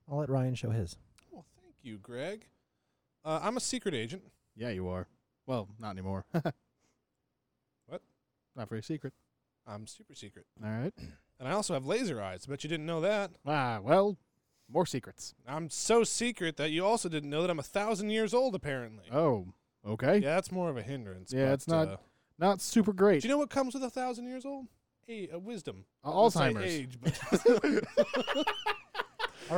Speaker 5: I'll let Ryan show his.
Speaker 3: Well, thank you, Greg. Uh, I'm a secret agent.
Speaker 4: *laughs* Yeah, you are. Well, not anymore.
Speaker 3: What?
Speaker 4: Not very secret.
Speaker 3: I'm super secret.
Speaker 4: All right.
Speaker 3: And I also have laser eyes. Bet you didn't know that.
Speaker 4: Ah, well, more secrets.
Speaker 3: I'm so secret that you also didn't know that I'm a thousand years old, apparently.
Speaker 4: Oh, okay.
Speaker 3: Yeah, that's more of a hindrance.
Speaker 4: Yeah,
Speaker 3: but,
Speaker 4: it's not-
Speaker 3: uh,
Speaker 4: Not super great.
Speaker 3: do you know what comes with a thousand years old? A, a wisdom.
Speaker 4: Uh,
Speaker 3: I was gonna say
Speaker 4: Alzheimer's.
Speaker 3: Age,
Speaker 4: *laughs*
Speaker 3: but *laughs*
Speaker 5: All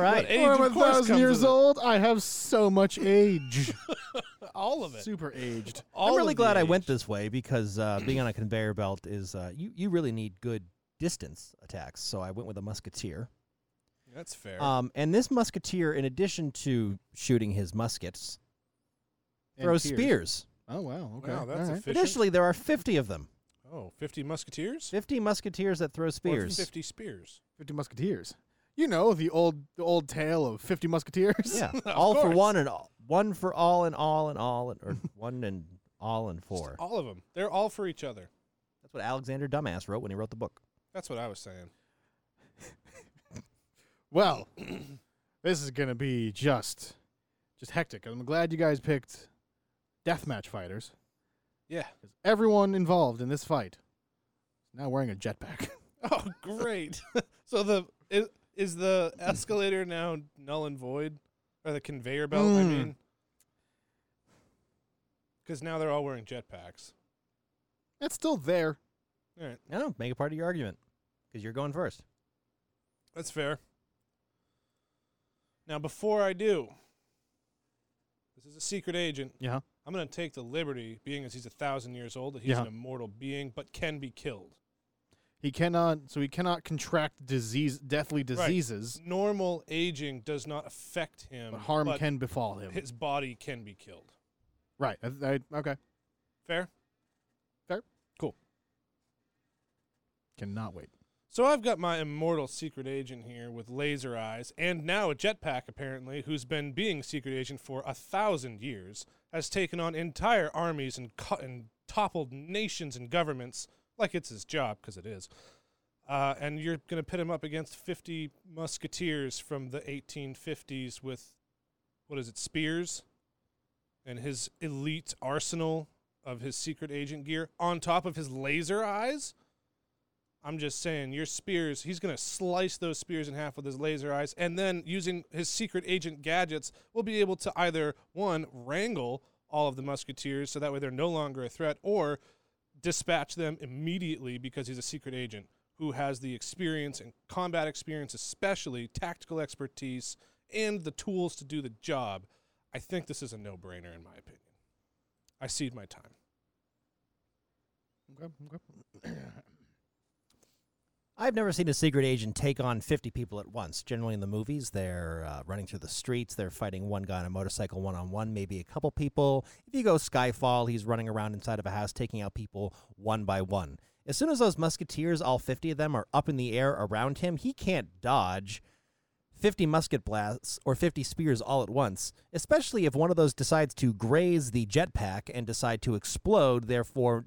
Speaker 3: but
Speaker 5: right.
Speaker 3: age,
Speaker 4: Or I'm
Speaker 3: of
Speaker 4: a
Speaker 3: course,
Speaker 4: thousand
Speaker 3: comes
Speaker 4: years
Speaker 3: with
Speaker 4: old. I have so
Speaker 3: *laughs*
Speaker 4: much age.
Speaker 3: it. All of it.
Speaker 4: super aged.
Speaker 3: All
Speaker 5: I'm
Speaker 3: of
Speaker 5: really
Speaker 3: the
Speaker 5: glad I
Speaker 3: age.
Speaker 5: went this way because uh, being on a conveyor belt is uh, you you really need good distance attacks. So I went with a musketeer.
Speaker 3: That's fair.
Speaker 5: Um, and this musketeer, in addition to shooting his muskets,
Speaker 4: And
Speaker 5: throws
Speaker 4: tears.
Speaker 5: spears.
Speaker 4: Oh wow. Okay.
Speaker 3: Wow, that's
Speaker 4: All right.
Speaker 3: efficient.
Speaker 5: Initially, there are 50 of them.
Speaker 3: Oh, 50 musketeers?
Speaker 5: 50 musketeers that throw
Speaker 3: Or *laughs*
Speaker 5: spears.
Speaker 3: 50 spears.
Speaker 4: Fifty Musketeers. You know the old the old tale of Fifty Musketeers.
Speaker 5: Yeah,
Speaker 3: Of
Speaker 5: all for
Speaker 3: course.
Speaker 5: one and all, one for all and all and all and,
Speaker 3: *laughs*
Speaker 5: or one and all and
Speaker 3: Just
Speaker 5: four.
Speaker 3: All of them. They're all for each other.
Speaker 5: That's what Alexander Dumbass wrote when he wrote the book.
Speaker 3: That's what I was saying.
Speaker 4: *laughs* Well, *clears throat* this is gonna be just just hectic. I'm glad you guys picked deathmatch fighters.
Speaker 3: Yeah.
Speaker 4: 'cause Everyone involved in this fight is now wearing a jetpack. *laughs*
Speaker 3: Oh, great. *laughs* so the is, is the escalator now null and void, or the conveyor belt? I
Speaker 4: Mm.
Speaker 3: mean, because now they're all wearing jetpacks.
Speaker 4: it's still there.
Speaker 3: All right,
Speaker 5: No, no, make it part of your argument because you're going first.
Speaker 3: that's fair. Now, before I do, this is a secret agent.
Speaker 4: Yeah.
Speaker 3: I'm going to take the liberty, being as he's a thousand years old, that he's
Speaker 4: Yeah.
Speaker 3: an immortal being, but can be killed.
Speaker 4: He cannot. So he cannot contract disease, deathly diseases.
Speaker 3: Normal aging does not affect him,
Speaker 4: But harm
Speaker 3: but
Speaker 4: can befall him.
Speaker 3: his body can be killed.
Speaker 4: Right. I, I, okay.
Speaker 3: Fair?
Speaker 4: Cannot wait.
Speaker 3: So I've got my immortal secret agent here with laser eyes, and now a jetpack apparently, who's been being secret agent for a thousand years, has taken on entire armies and, co- and toppled nations and governments like it's his job, because it is. Uh, and you're going to pit him up against 50 musketeers from the 1850s with, what is it, spears? And his elite arsenal of his secret agent gear on top of his laser eyes? I'm just saying, your spears, he's going to slice those spears in half with his laser eyes, and then using his secret agent gadgets, will be able to either, one, wrangle all of the musketeers so that way they're no longer a threat, or dispatch them immediately because he's a secret agent who has the experience and combat experience, especially tactical expertise, and the tools to do the job. I think this is a no brainer, in my opinion. I cede my time.
Speaker 4: Okay. Okay.
Speaker 5: I've never seen a secret agent take on 50 people at once. Generally, in the movies, they're uh, running through the streets, they're fighting one guy on a motorcycle one on one, maybe a couple people. If you go Skyfall, he's running around inside of a house taking out people one by one. As soon as those musketeers, all 50 of them, are up in the air around him, he can't dodge 50 musket blasts or 50 spears all at once, especially if one of those decides to graze the jetpack and decide to explode, therefore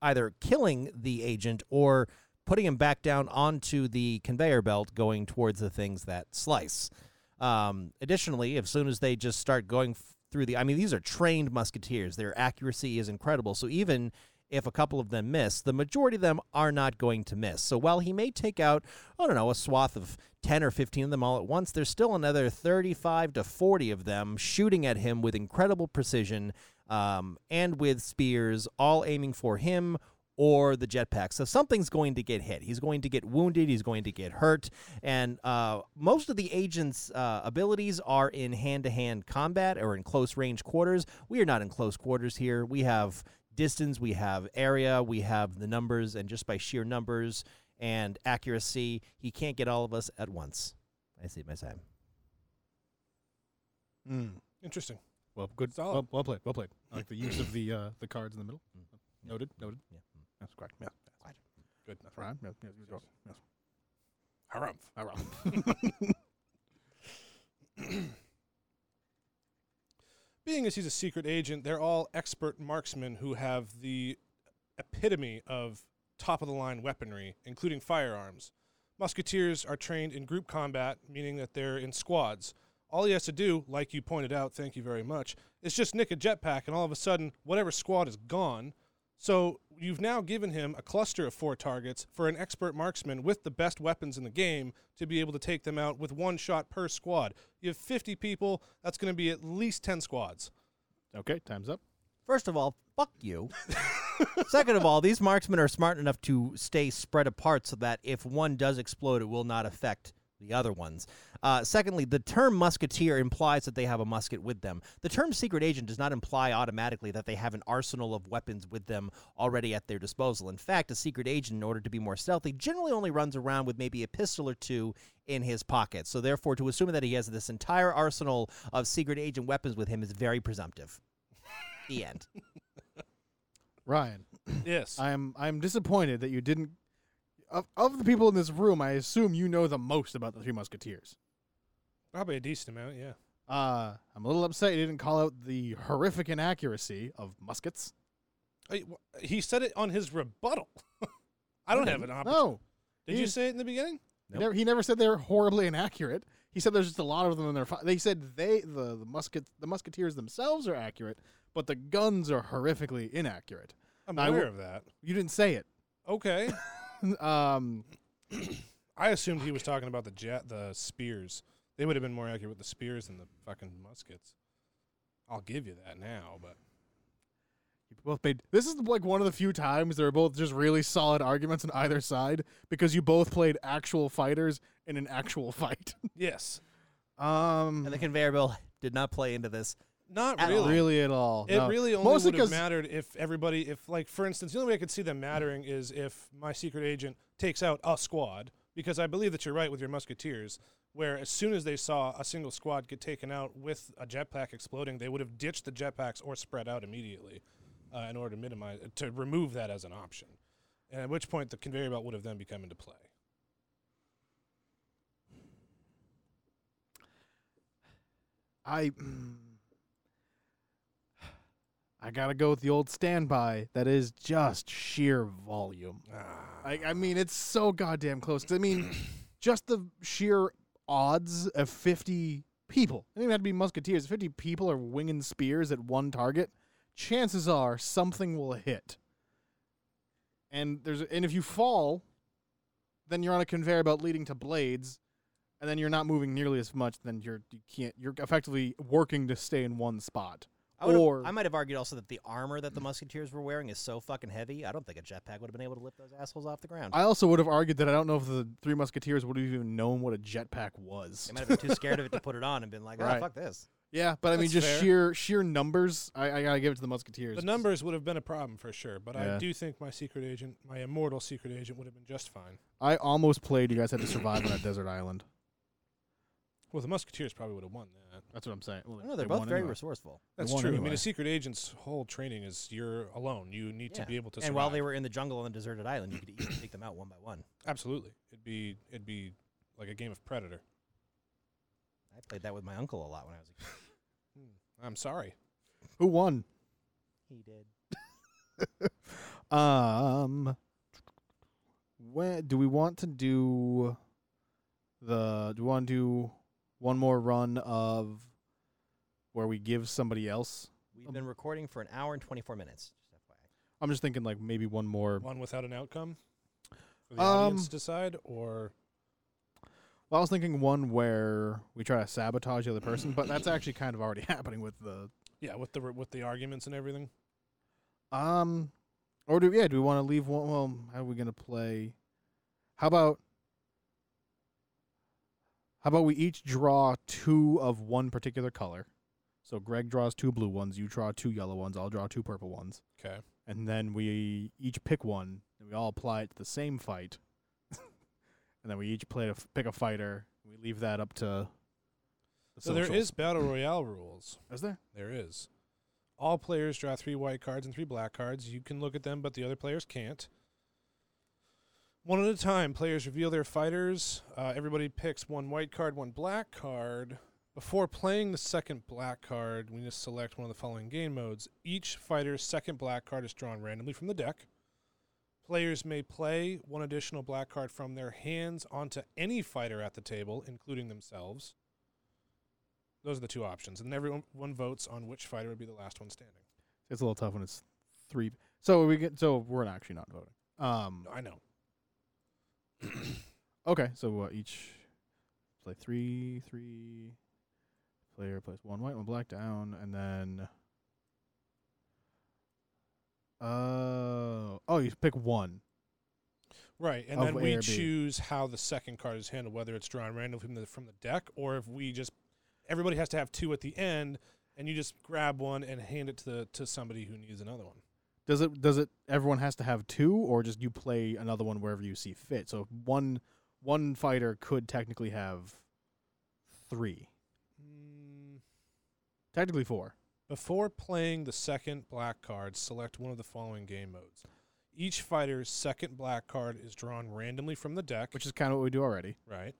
Speaker 5: either killing the agent or putting him back down onto the conveyor belt going towards the things that slice. Um, additionally, as soon as they just start going f- through the, I mean, these are trained musketeers. Their accuracy is incredible. So even if a couple of them miss, the majority of them are not going to miss. So while he may take out, I don't know, a swath of 10 or 15 of them all at once, there's still another 35 to 40 of them shooting at him with incredible precision um, and with spears, all aiming for him or the jetpack. So something's going to get hit. He's going to get wounded. He's going to get hurt. And uh, most of the agent's uh, abilities are in hand to hand combat or in close range quarters. We are not in close quarters here. We have distance, we have area, we have the numbers, and just by sheer numbers and accuracy, he can't get all of us at once. I see my time.
Speaker 4: Mm.
Speaker 3: Interesting.
Speaker 4: Well, good.
Speaker 3: Solid.
Speaker 4: Well, well played. Well *clears throat* played. I like the use of the uh, the cards in the middle. Mm. Noted. Noted.
Speaker 5: Yeah.
Speaker 4: That's correct. Yeah.
Speaker 3: Good enough.
Speaker 4: That's right. Yeah, yeah, yeah, yeah.
Speaker 3: Harumph.
Speaker 4: All right.
Speaker 3: being as he's a secret agent, they're all expert marksmen who have the epitome of top of the line weaponry, including firearms. Musketeers are trained in group combat, meaning that they're in squads. All he has to do, like you pointed out, thank you very much, is just nick a jetpack, and all of a sudden, whatever squad is gone. So You've now given him a cluster of four targets for an expert marksman with the best weapons in the game to be able to take them out with one shot per squad. You have 50 people, that's going to be at least 10 squads.
Speaker 4: Okay, time's up.
Speaker 5: First of all, fuck you. Second of all, these marksmen are smart enough to stay spread apart so that if one does explode, it will not affect the other ones. Uh, secondly, the term musketeer implies that they have a musket with them. The term secret agent does not imply automatically that they have an arsenal of weapons with them already at their disposal. In fact, a secret agent, in order to be more stealthy, generally only runs around with maybe a pistol or two in his pocket. So, therefore, to assume that he has this entire arsenal of secret agent weapons with him is very presumptive. The end.
Speaker 4: Ryan,
Speaker 3: Yes.
Speaker 4: I am I am disappointed that you didn't. Of, of the people in this room, I assume you know the most about the Three Musketeers.
Speaker 3: Probably a decent amount, yeah.
Speaker 4: Uh, I'm a little upset you didn't call out the horrific inaccuracy of muskets.
Speaker 3: I- wh- He said it on his rebuttal. *laughs* I don't have an opportunity.
Speaker 4: No,
Speaker 3: Did you
Speaker 4: you-
Speaker 3: say it in the beginning?
Speaker 4: He never, he never said they're horribly inaccurate. He said there's just a lot of them in there. They said they the the musket the musketeers themselves are accurate, but the guns are horrifically inaccurate.
Speaker 3: I'm
Speaker 4: I
Speaker 3: aware
Speaker 4: w-
Speaker 3: of that.
Speaker 4: You didn't say it.
Speaker 3: Okay.
Speaker 4: um,
Speaker 3: I assumed he was talking about the jet, the spears. They would have been more accurate with the spears than the fucking muskets. I'll give you that now, but
Speaker 4: you both made this is like one of the few times there were both just really solid arguments on either side because you both played actual fighters in an actual fight. *laughs*
Speaker 3: yes,
Speaker 4: um,
Speaker 5: And the conveyor belt *laughs* did not play into this.
Speaker 3: not
Speaker 5: At all.
Speaker 3: really.
Speaker 4: really at all?
Speaker 3: It
Speaker 4: No.
Speaker 3: really only
Speaker 4: Mostly
Speaker 3: would have
Speaker 4: 'cause-
Speaker 3: mattered if everybody, if like for instance, the only way I could see them mattering is if my secret agent takes out a squad. Because I believe that you're right with your musketeers, where as soon as they saw a single squad get taken out with a jetpack exploding, they would have ditched the jetpacks or spread out immediately, uh, in order to minimize to remove that as an option. And at which point the conveyor belt would have then become into play.
Speaker 4: I mm. I gotta go with the old standby. That is just sheer volume.
Speaker 5: Ah.
Speaker 4: I, I mean, it's so goddamn close. 'Cause
Speaker 5: *clears throat*
Speaker 4: I mean, just the sheer odds of fifty people. It didn't even have to be musketeers. Fifty people are winging spears at one target. Chances are something will hit. And there's and if you fall, then you're on a conveyor belt leading to blades, and then you're not moving nearly as much. Then you're you can't you're effectively working to stay in one spot.
Speaker 5: I, would've-
Speaker 4: Or-
Speaker 5: I might have argued also that the armor that the musketeers were wearing is so fucking heavy. I don't think a jetpack would have been able to lift those assholes off the ground.
Speaker 4: I also would have argued that I don't know if the Three Musketeers would have even known what a jetpack was.
Speaker 5: they might have been too
Speaker 4: *laughs*
Speaker 5: scared of it to put it on and been like, "Oh,
Speaker 4: Right.
Speaker 5: fuck this."
Speaker 4: Yeah, but I mean,
Speaker 3: That's
Speaker 4: just
Speaker 3: fair.
Speaker 4: sheer sheer numbers. I, I gotta give it to the Musketeers.
Speaker 3: The numbers would have been a problem for sure, but I
Speaker 4: Yeah.
Speaker 3: do think my secret agent, my immortal secret agent, would have been just fine.
Speaker 4: I almost played. You guys had to survive on a desert island.
Speaker 3: Well, the Musketeers probably would have won that.
Speaker 4: That's what I'm saying. Well,
Speaker 5: No, they're
Speaker 4: they
Speaker 5: both
Speaker 4: won
Speaker 5: very
Speaker 4: anyway.
Speaker 5: resourceful.
Speaker 4: They
Speaker 3: That's
Speaker 4: won
Speaker 3: true. I mean,
Speaker 4: anyway.
Speaker 3: a secret agent's whole training is you're alone. You need to
Speaker 5: Yeah.
Speaker 3: be able to.
Speaker 5: and while they
Speaker 3: survive.
Speaker 5: were in the jungle on the deserted island, you could easily take them out one by one.
Speaker 3: absolutely, it'd be it'd be like a game of Predator.
Speaker 5: I played that with my uncle a lot when I was a kid.
Speaker 3: I'm sorry.
Speaker 4: Who won?
Speaker 5: He did.
Speaker 4: Um, when do we want to do the? Do we want to do one more run of where we give somebody else?
Speaker 5: We've been recording for an hour and twenty four minutes. Just FYI.
Speaker 4: I'm just thinking like maybe one more.
Speaker 3: One without an outcome for the
Speaker 4: Um,
Speaker 3: audience to decide, or
Speaker 4: Well, I was thinking one where we try to sabotage the other person, but that's actually kind of already *laughs* happening with the
Speaker 3: yeah, with the with the arguments and everything.
Speaker 4: Um, or do yeah? Do we want to leave one? Well, how are we gonna play? How about how about we each draw two of one particular color? So Greg draws two blue ones, you draw two yellow ones, I'll draw two purple ones,
Speaker 3: Okay.
Speaker 4: and then we each pick one and we all apply it to the same fight, *laughs* and then we each play a, f- pick a fighter. We leave that up to. The
Speaker 3: So there
Speaker 4: socials.
Speaker 3: is battle royale rules.
Speaker 4: is there?
Speaker 3: There is. All players draw three white cards and three black cards. You can look at them, but the other players can't. One at a time, players reveal their fighters. Uh, everybody picks one white card, one black card. Before playing the second black card, we just select one of the following game modes. Each fighter's second black card is drawn randomly from the deck. Players may play one additional black card from their hands onto any fighter at the table, including themselves. Those are the two options, and then everyone one votes on which fighter would be the last one standing.
Speaker 4: It's a little tough when it's three. So we get. So we're not- actually not voting. Um.
Speaker 3: No, I know.
Speaker 4: Okay. So uh, each play three, three. Player plays one white, one black down, and then. Uh, oh, you pick one.
Speaker 3: Right, and
Speaker 4: Of
Speaker 3: then we
Speaker 4: A or B.
Speaker 3: choose how the second card is handled, whether it's drawn randomly from the from the deck or if we just everybody has to have two at the end, and you just grab one and hand it to the to somebody who needs another one.
Speaker 4: Does it? Does it? Everyone has to have two, or just you play another one wherever you see fit. So one, one fighter could technically have three,
Speaker 3: Mm,
Speaker 4: technically four.
Speaker 3: Before playing the second black card, select one of the following game modes. Each fighter's second black card is drawn randomly from the deck,
Speaker 4: which is kind of what we do already.
Speaker 3: right.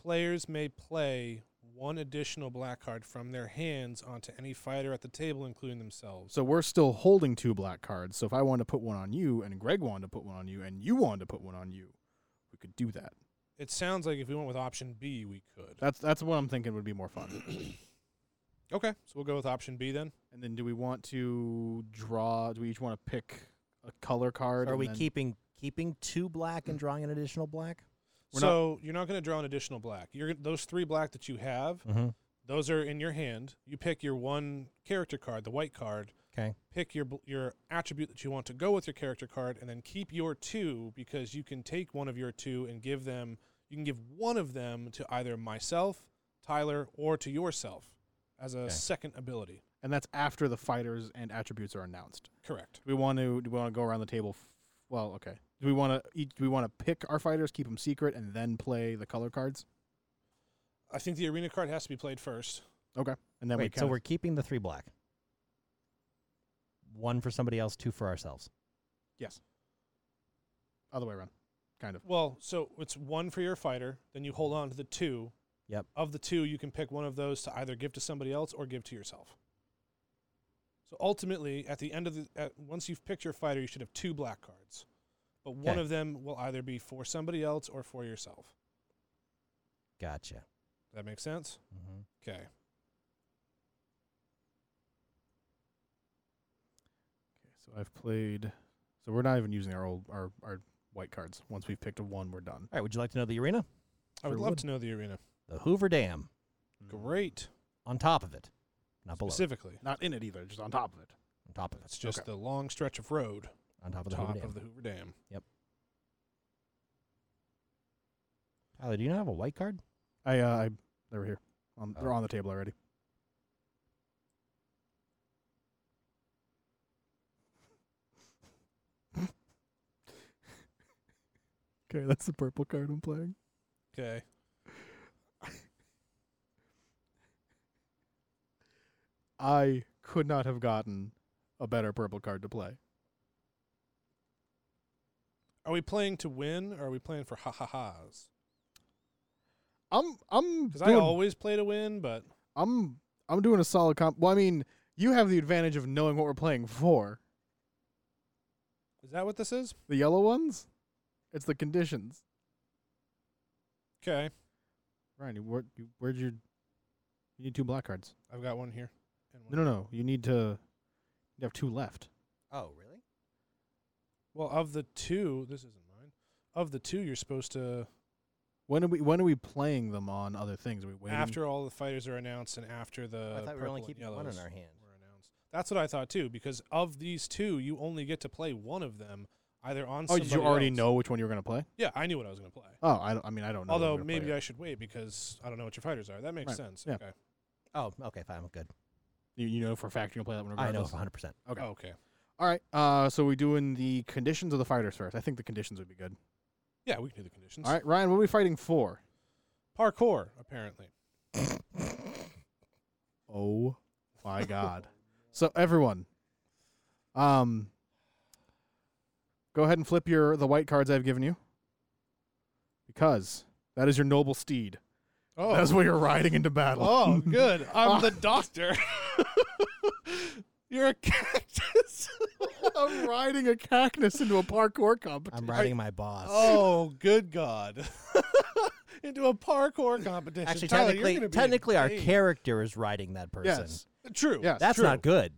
Speaker 3: Players may play one additional black card from their hands onto any fighter at the table, including themselves.
Speaker 4: So we're still holding two black cards. So if I wanted to put one on you, and Greg wanted to put one on you, and you wanted to put one on you, we could do that.
Speaker 3: It sounds like if we went with option B, we could.
Speaker 4: That's that's what I'm thinking would be
Speaker 5: *coughs*
Speaker 4: more fun.
Speaker 3: Okay, so we'll go with option B then.
Speaker 4: and then, do we want to draw? Do we each want to pick a color card?
Speaker 5: Are
Speaker 4: and
Speaker 5: we
Speaker 4: then-
Speaker 5: keeping keeping two black and drawing an additional black?
Speaker 4: We're not-
Speaker 3: so you're not going to draw an additional black. You're gon- those three black that you have,
Speaker 5: Mm-hmm.
Speaker 3: those are in your hand. You pick your one character card, the white card.
Speaker 5: 'Kay.
Speaker 3: Pick your bl- your attribute that you want to go with your character card, and then keep your two because you can take one of your two and give them. You can give one of them to either myself, Tyler, or to yourself as a
Speaker 5: 'Kay.
Speaker 3: second ability.
Speaker 4: And that's after the fighters and attributes are announced.
Speaker 3: Correct.
Speaker 4: Do we want to? Do we want to go around the table? F- well, okay. Do we want to? Each, do we want to pick our fighters, keep them secret, and then play the color cards?
Speaker 3: I think the arena card has to be played first.
Speaker 4: And then we
Speaker 5: Wait,
Speaker 4: kinda,
Speaker 5: so we're keeping the three black. One for somebody else, two for ourselves.
Speaker 4: yes, other way around, kind of.
Speaker 3: Well, so it's one for your fighter, then you hold on to the two.
Speaker 5: Yep.
Speaker 3: Of the two, you can pick one of those to either give to somebody else or give to yourself. So ultimately, at the end of the at, once you've picked your fighter, you should have two black cards. But one
Speaker 5: Okay.
Speaker 3: of them will either be for somebody else or for yourself.
Speaker 5: Gotcha.
Speaker 3: Does that make sense?
Speaker 5: Mm-hmm.
Speaker 3: Okay.
Speaker 4: Okay, so I've played. So we're not even using our old our our white cards. Once we've picked a one, we're done.
Speaker 5: All right. Would you like to know the arena?
Speaker 3: I would
Speaker 4: Sure
Speaker 3: love
Speaker 4: would.
Speaker 3: to know the arena.
Speaker 5: The Hoover Dam
Speaker 3: Great.
Speaker 5: on top of it, not below. Mm. it,
Speaker 3: Specifically.
Speaker 4: Not in it either, just on top of it.
Speaker 5: On top of it,
Speaker 3: It's just the long stretch of road
Speaker 5: on top of the
Speaker 3: top
Speaker 5: Hoover Dam.
Speaker 3: of the Hoover Dam.
Speaker 5: Tyler, do you not have a white card?
Speaker 4: I uh, I they were here. Um, They're
Speaker 5: Oh.
Speaker 4: on the table already. *laughs* okay, that's the purple card I'm playing.
Speaker 3: Okay.
Speaker 4: I could not have gotten a better purple card to play.
Speaker 3: Are we playing to win or are we playing for ha ha ha's?
Speaker 4: I'm I'm
Speaker 3: Because I
Speaker 4: doing-
Speaker 3: always play to win, but
Speaker 4: I'm I'm doing a solid comp. Well, I mean, you have the advantage of knowing what we're playing for.
Speaker 3: is that what this is?
Speaker 4: The yellow ones, it's the conditions.
Speaker 3: Okay.
Speaker 4: Ryan, you, where, you, where'd your you need two black cards?
Speaker 3: I've got one here. And one.
Speaker 4: No, no, no. You need to you have two left.
Speaker 5: Oh, really?
Speaker 3: Well, of the two, this isn't mine. Of the two, you're supposed to
Speaker 4: When are we when are we playing them on other things? Are we waiting?
Speaker 3: after all the fighters are announced and after the
Speaker 5: I thought we were only
Speaker 3: Uh, purple and
Speaker 5: keeping one in
Speaker 3: yellows
Speaker 5: our hand.
Speaker 3: were announced. That's what I thought too, because of these two, you only get to play one of them, either on.
Speaker 4: oh, did you
Speaker 3: somebody
Speaker 4: already
Speaker 3: else-
Speaker 4: know which one you were gonna play?
Speaker 3: Yeah, I knew what I was going to play.
Speaker 4: Oh, I, don't, I mean I don't know.
Speaker 3: Although maybe I should wait because I don't know what your fighters are. That makes
Speaker 4: Right,
Speaker 3: sense.
Speaker 4: yeah.
Speaker 3: Okay.
Speaker 5: Oh, okay, fine. I'm good.
Speaker 4: you, you know for a fact you're gonna play that one.
Speaker 5: I know
Speaker 4: Regardless.
Speaker 5: 100. percent
Speaker 4: Okay.
Speaker 3: Oh, okay.
Speaker 4: All right. Uh, so we doing the conditions of the fighters first. I think the conditions would be good.
Speaker 3: Yeah, we can do the conditions.
Speaker 4: All right, Ryan, what are we fighting for?
Speaker 3: Parkour, apparently.
Speaker 4: Oh my god. So everyone, um go ahead and flip your the white cards I've given you. Because that is your noble steed.
Speaker 3: Oh.
Speaker 4: *laughs* That's what you're riding into battle. *laughs*
Speaker 3: Oh, good. I'm the doctor. You're a cactus.
Speaker 4: *laughs* I'm riding a cactus into a parkour competition.
Speaker 5: I'm riding my boss.
Speaker 3: Oh, good God. *laughs* Into a parkour competition.
Speaker 5: Actually,
Speaker 3: Tyler, you're
Speaker 5: technically,
Speaker 3: gonna be
Speaker 5: technically, our
Speaker 3: insane.
Speaker 5: character is riding that person.
Speaker 4: Yes.
Speaker 3: True.
Speaker 4: Yes.
Speaker 5: That's
Speaker 3: true.
Speaker 5: not good.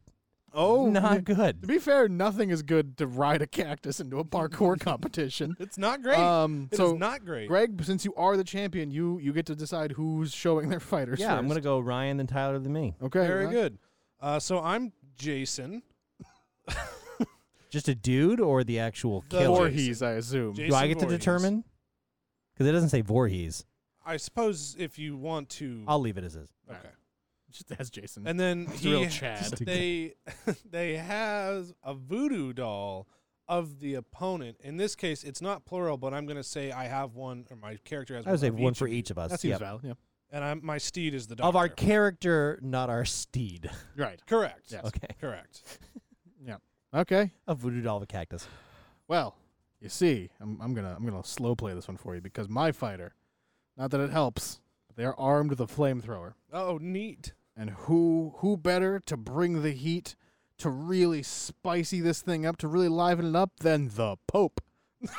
Speaker 4: Oh,
Speaker 5: Not
Speaker 4: To
Speaker 5: good.
Speaker 4: be fair, nothing is good to ride a cactus into a parkour *laughs* competition.
Speaker 3: It's not great.
Speaker 4: Um,
Speaker 3: It is
Speaker 4: so
Speaker 3: not great.
Speaker 4: Greg, since you are the champion, you you get to decide who's showing their fighters.
Speaker 5: Yeah, i I'm
Speaker 4: first.
Speaker 5: gonna go Ryan then Tyler than me.
Speaker 4: Okay,
Speaker 3: Very
Speaker 4: right.
Speaker 3: good. Uh, so I'm Jason.
Speaker 5: Just a dude or the actual
Speaker 3: The
Speaker 5: killer?
Speaker 3: Jason.
Speaker 4: Voorhees, I assume.
Speaker 3: Jason
Speaker 5: Do I get to
Speaker 3: Voorhees.
Speaker 5: determine? Because it doesn't say Voorhees.
Speaker 3: I suppose if you want to.
Speaker 5: I'll leave it as is.
Speaker 3: okay.
Speaker 4: Just as Jason.
Speaker 3: And then
Speaker 4: It's a
Speaker 3: he,
Speaker 4: real
Speaker 3: *laughs*
Speaker 4: Chad.
Speaker 3: they they have a voodoo doll of the opponent. In this case, it's not plural, but I'm going to say I have one, or my character has
Speaker 5: I would
Speaker 3: one.
Speaker 5: say
Speaker 3: of
Speaker 5: one
Speaker 3: each.
Speaker 5: for each of us.
Speaker 4: that seems
Speaker 5: yep.
Speaker 4: valid. Yeah,
Speaker 3: And I'm, my steed is the doctor.
Speaker 5: Of our character, not our steed. *laughs*
Speaker 4: right.
Speaker 3: correct.
Speaker 4: Yes.
Speaker 5: Okay.
Speaker 3: Correct.
Speaker 4: Okay.
Speaker 5: A voodoo doll of a cactus.
Speaker 4: Well, you see, I'm, I'm gonna I'm gonna slow play this one for you because my fighter, not that it helps, but they are armed with a flamethrower.
Speaker 3: Oh, neat.
Speaker 4: And who who better to bring the heat, to really spicy this thing up, to really liven it up than the Pope. *laughs*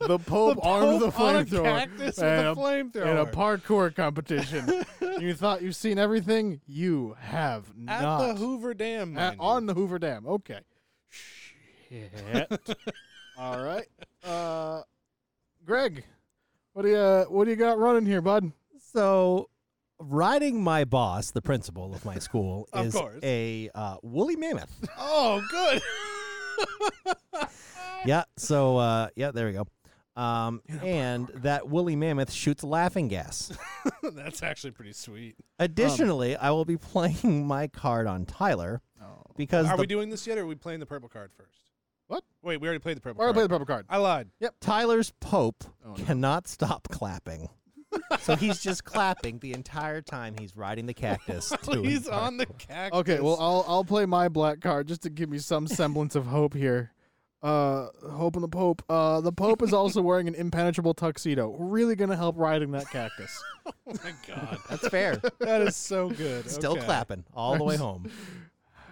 Speaker 4: the Pope armed with a
Speaker 3: on a
Speaker 4: flamethrower
Speaker 3: cactus with
Speaker 4: and
Speaker 3: a
Speaker 4: a- in a
Speaker 3: flamethrower.
Speaker 4: parkour
Speaker 3: *laughs*
Speaker 4: competition. you thought you've seen everything? You have
Speaker 3: At
Speaker 4: not.
Speaker 3: the Hoover Dam.
Speaker 4: Uh,
Speaker 3: mind you.
Speaker 4: on the Hoover Dam. Okay. Shit. *laughs* All right. Uh, Greg, what do you uh, what do you got running here, bud?
Speaker 5: So, riding my boss, the principal of my school,
Speaker 3: *laughs* Of
Speaker 5: is
Speaker 3: course.
Speaker 5: a uh, woolly mammoth.
Speaker 3: *laughs* Oh, good.
Speaker 5: yeah. So uh, yeah, there we go. Um, and that woolly mammoth shoots
Speaker 3: *laughs*
Speaker 5: laughing gas.
Speaker 3: That's actually pretty sweet.
Speaker 5: Additionally, I will be playing my card on Tyler because
Speaker 3: Oh. Are
Speaker 5: the-
Speaker 3: we doing this yet, or are we playing the purple card first?
Speaker 4: What?
Speaker 3: Wait, we already played the purple
Speaker 4: We're gonna
Speaker 3: card.
Speaker 4: play the purple card.
Speaker 3: I lied.
Speaker 5: Tyler's Pope
Speaker 4: Oh, no.
Speaker 5: cannot stop clapping. so he's just clapping the entire time he's riding the cactus. to and
Speaker 3: He's
Speaker 5: fro.
Speaker 3: on the cactus.
Speaker 4: Okay, well I'll I'll play my black card just to give me some semblance of hope here. Uh, hope in the Pope. Uh, the Pope
Speaker 5: *laughs*
Speaker 4: is also wearing an impenetrable tuxedo. Really gonna help riding that cactus.
Speaker 3: oh *laughs* my god,
Speaker 5: That's fair.
Speaker 3: that is so good.
Speaker 5: Still
Speaker 3: Okay.
Speaker 5: clapping all the way home.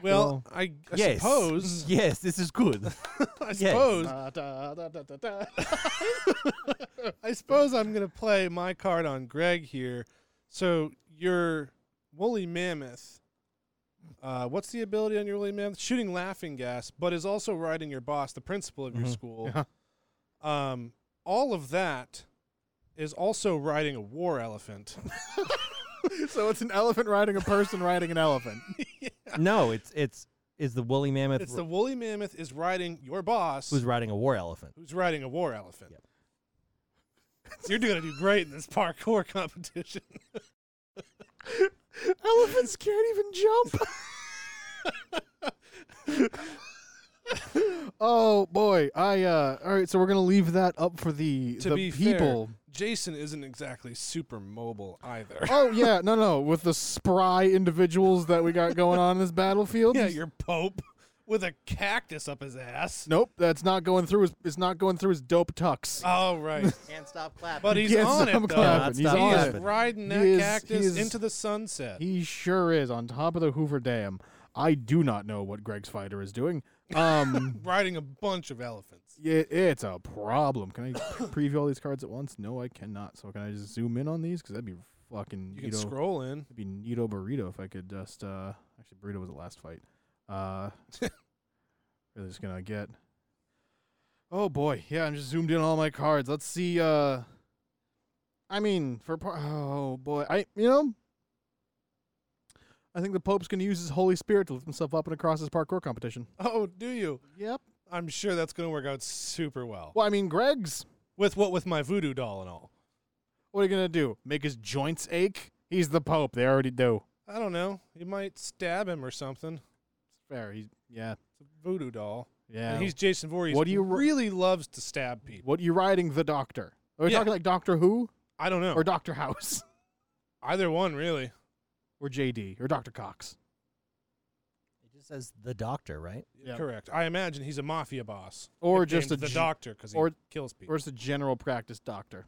Speaker 3: Well, I, I *laughs*
Speaker 5: yes.
Speaker 3: suppose.
Speaker 5: Yes, this is good.
Speaker 3: I
Speaker 5: Yes.
Speaker 3: suppose.
Speaker 4: *laughs* Da, da, da, da, da, da. *laughs*
Speaker 3: I suppose I'm gonna play my card on Greg here. So your woolly mammoth. Uh, what's the ability on your woolly mammoth? Shooting laughing gas, but is also riding your boss, the principal of your
Speaker 5: Mhm.
Speaker 3: school.
Speaker 4: Yeah.
Speaker 3: Um, all of that is also riding a war elephant.
Speaker 4: so it's an elephant riding a person riding an elephant.
Speaker 5: no, it's it's is the woolly mammoth
Speaker 3: It's the woolly mammoth is riding your boss,
Speaker 5: who's riding a war elephant.
Speaker 3: who's riding a war elephant. *laughs* You're gonna do great in this parkour competition.
Speaker 4: Elephants can't even jump. oh boy, I uh all right, so we're going to leave that up for the
Speaker 3: to
Speaker 4: the
Speaker 3: be
Speaker 4: people.
Speaker 3: fair, Jason isn't exactly super mobile either.
Speaker 4: Oh yeah, no no, with the spry individuals that we got going on in this
Speaker 3: *laughs* *laughs*
Speaker 4: battlefield.
Speaker 3: yeah, your pope with a cactus up his ass.
Speaker 4: Nope, that's not going through his it's not going through his dope tux.
Speaker 3: Oh
Speaker 4: *laughs*
Speaker 3: right,
Speaker 7: Can't stop clapping.
Speaker 3: but he's
Speaker 4: Yes,
Speaker 3: on
Speaker 4: I'm
Speaker 3: it though.
Speaker 4: clapping.
Speaker 5: Cannot
Speaker 4: He's
Speaker 5: stop
Speaker 4: on
Speaker 3: He
Speaker 4: it.
Speaker 3: is riding
Speaker 4: He
Speaker 3: that
Speaker 4: is- he
Speaker 3: cactus
Speaker 4: is-
Speaker 3: into the sunset.
Speaker 4: He sure is on top of the Hoover Dam. I do not know what Greg's fighter
Speaker 3: *laughs*
Speaker 4: is doing. Um
Speaker 3: riding a bunch of elephants.
Speaker 4: Yeah, it's a problem. Can
Speaker 3: *coughs*
Speaker 4: I preview all these cards at once? No, I cannot. So can I just zoom in on these? Because that'd be fucking
Speaker 3: You can
Speaker 4: neato-
Speaker 3: scroll in. *laughs*
Speaker 4: That'd be neato burrito if I could just. uh Actually, burrito was the last fight.
Speaker 3: *laughs*
Speaker 4: Uh, really just gonna get. Oh boy, yeah, I'm just zoomed in on all my cards. Let's see. uh I mean, for par- oh boy, I you know. I think the Pope's gonna use his Holy Spirit to lift himself up and across this parkour competition.
Speaker 3: Oh, do you?
Speaker 4: Yep.
Speaker 3: I'm sure that's gonna work out super well.
Speaker 4: Well, I mean, Greg's.
Speaker 3: With what with my voodoo doll and all.
Speaker 4: What are you gonna do? Make his joints ache? He's the Pope. They already do.
Speaker 3: I don't know. You might stab him or something.
Speaker 4: Fair. He's yeah,
Speaker 3: It's a voodoo doll.
Speaker 4: yeah.
Speaker 3: And he's Jason Voorhees.
Speaker 4: What do you ri-
Speaker 3: really loves to stab people?
Speaker 4: what you riding? The Doctor? Are we
Speaker 3: Yeah.
Speaker 4: talking like Doctor Who
Speaker 3: I don't know.
Speaker 4: or Doctor House *laughs*
Speaker 3: Either one, really.
Speaker 4: or JD or Doctor Cox?
Speaker 5: It just says the doctor, right?
Speaker 4: Yeah.
Speaker 3: Correct. I imagine he's a mafia boss,
Speaker 4: Or
Speaker 3: nicknamed
Speaker 4: just a
Speaker 3: the
Speaker 4: g-
Speaker 3: doctor because he
Speaker 4: or-
Speaker 3: kills
Speaker 4: Or
Speaker 3: people. *laughs*
Speaker 4: it's the general practice doctor.